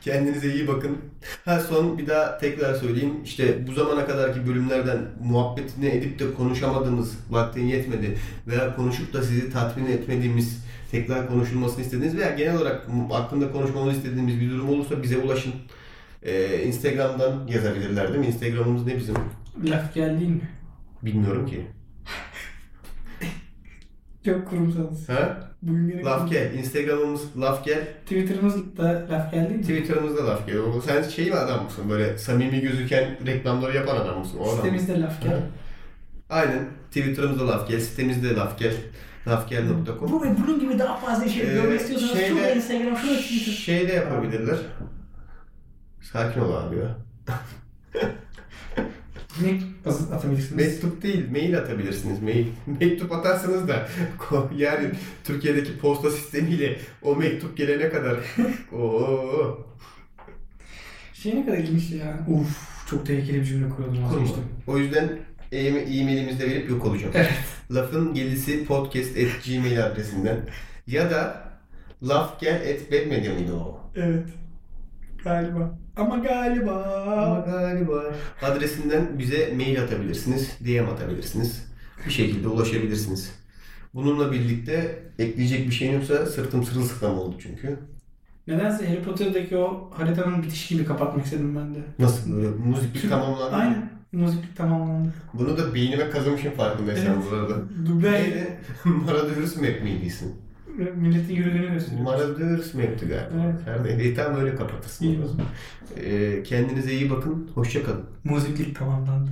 S1: kendinize iyi bakın. Ha son bir daha tekrar söyleyeyim. İşte bu zamana kadarki bölümlerden muhabbetini edip de konuşamadığımız, vaktin yetmedi veya konuşup da sizi tatmin etmediğimiz, tekrar konuşulmasını istediğiniz veya genel olarak hakkında konuşmamızı istediğimiz bir durum olursa bize ulaşın. Ee, Instagram'dan yazabilirler değil mi? Instagram'ımız ne bizim?
S2: Laf geldi mi?
S1: Bilmiyorum ki.
S2: Çok kurumsalız.
S1: Ha?
S2: Bugün yine
S1: Lafgel. Instagram'ımız Lafgel.
S2: Twitter'ımız da laf geldi mi?
S1: Twitter'ımızda laf geliyor. Oğlum Sen şey mi adam mısın? Böyle samimi gözüken reklamları yapan adam mısın? O adam mısın?
S2: Sitemizde laf
S1: Ha.
S2: geldi.
S1: Aynen. Twitter'ımızda laf gel. Sitemizde laf gel. Lafgel.com
S2: Bu ve bunun gibi daha fazla şey
S1: Ee,
S2: görmek istiyorsanız
S1: şeyde-
S2: şurada Instagram, şurada Twitter.
S1: Şey de yapabilirler. Sakin ol abi ya.
S2: Ne basıp atabilirsiniz?
S1: Mektup değil, mail atabilirsiniz. Mail. Mektup atarsınız da ko- yani Türkiye'deki posta sistemiyle o mektup gelene kadar Oo.
S2: Şey ne kadar ilginç ya. Uf çok tehlikeli bir cümle kuralım
S1: Kurma.
S2: vazgeçtim.
S1: O yüzden e- e-mailimizde verip yok olacağım.
S2: Evet.
S1: Lafın gelisi podcast at gmail adresinden ya da lafgel at Batman'e miydi o?
S2: Evet. Galiba. Ama
S1: Ama
S2: galiba.
S1: galiba. Adresinden bize mail atabilirsiniz, DM atabilirsiniz. Bir şekilde ulaşabilirsiniz. Bununla birlikte ekleyecek bir şeyin yoksa sırtım sırılsıklam oldu çünkü.
S2: Nedense Harry Potter'daki o haritanın bitişi gibi kapatmak istedim ben de.
S1: Nasıl böyle müzik bir tamamlandı.
S2: Aynen. Müziklik tamamlandı.
S1: Bunu da beynime kazımışım farkındaysan
S2: Evet.
S1: bu arada.
S2: Dublaj
S1: Neydi? Maradürüs map miydi isim?
S2: milletin yürüdüğünü gösteriyor.
S1: Maradürüs map'ti galiba.
S2: Evet.
S1: Her neyse tam öyle kapatırsın.
S2: İyi o zaman.
S1: Ee, kendinize iyi bakın. Hoşça kalın.
S2: Müziklik tamamlandı.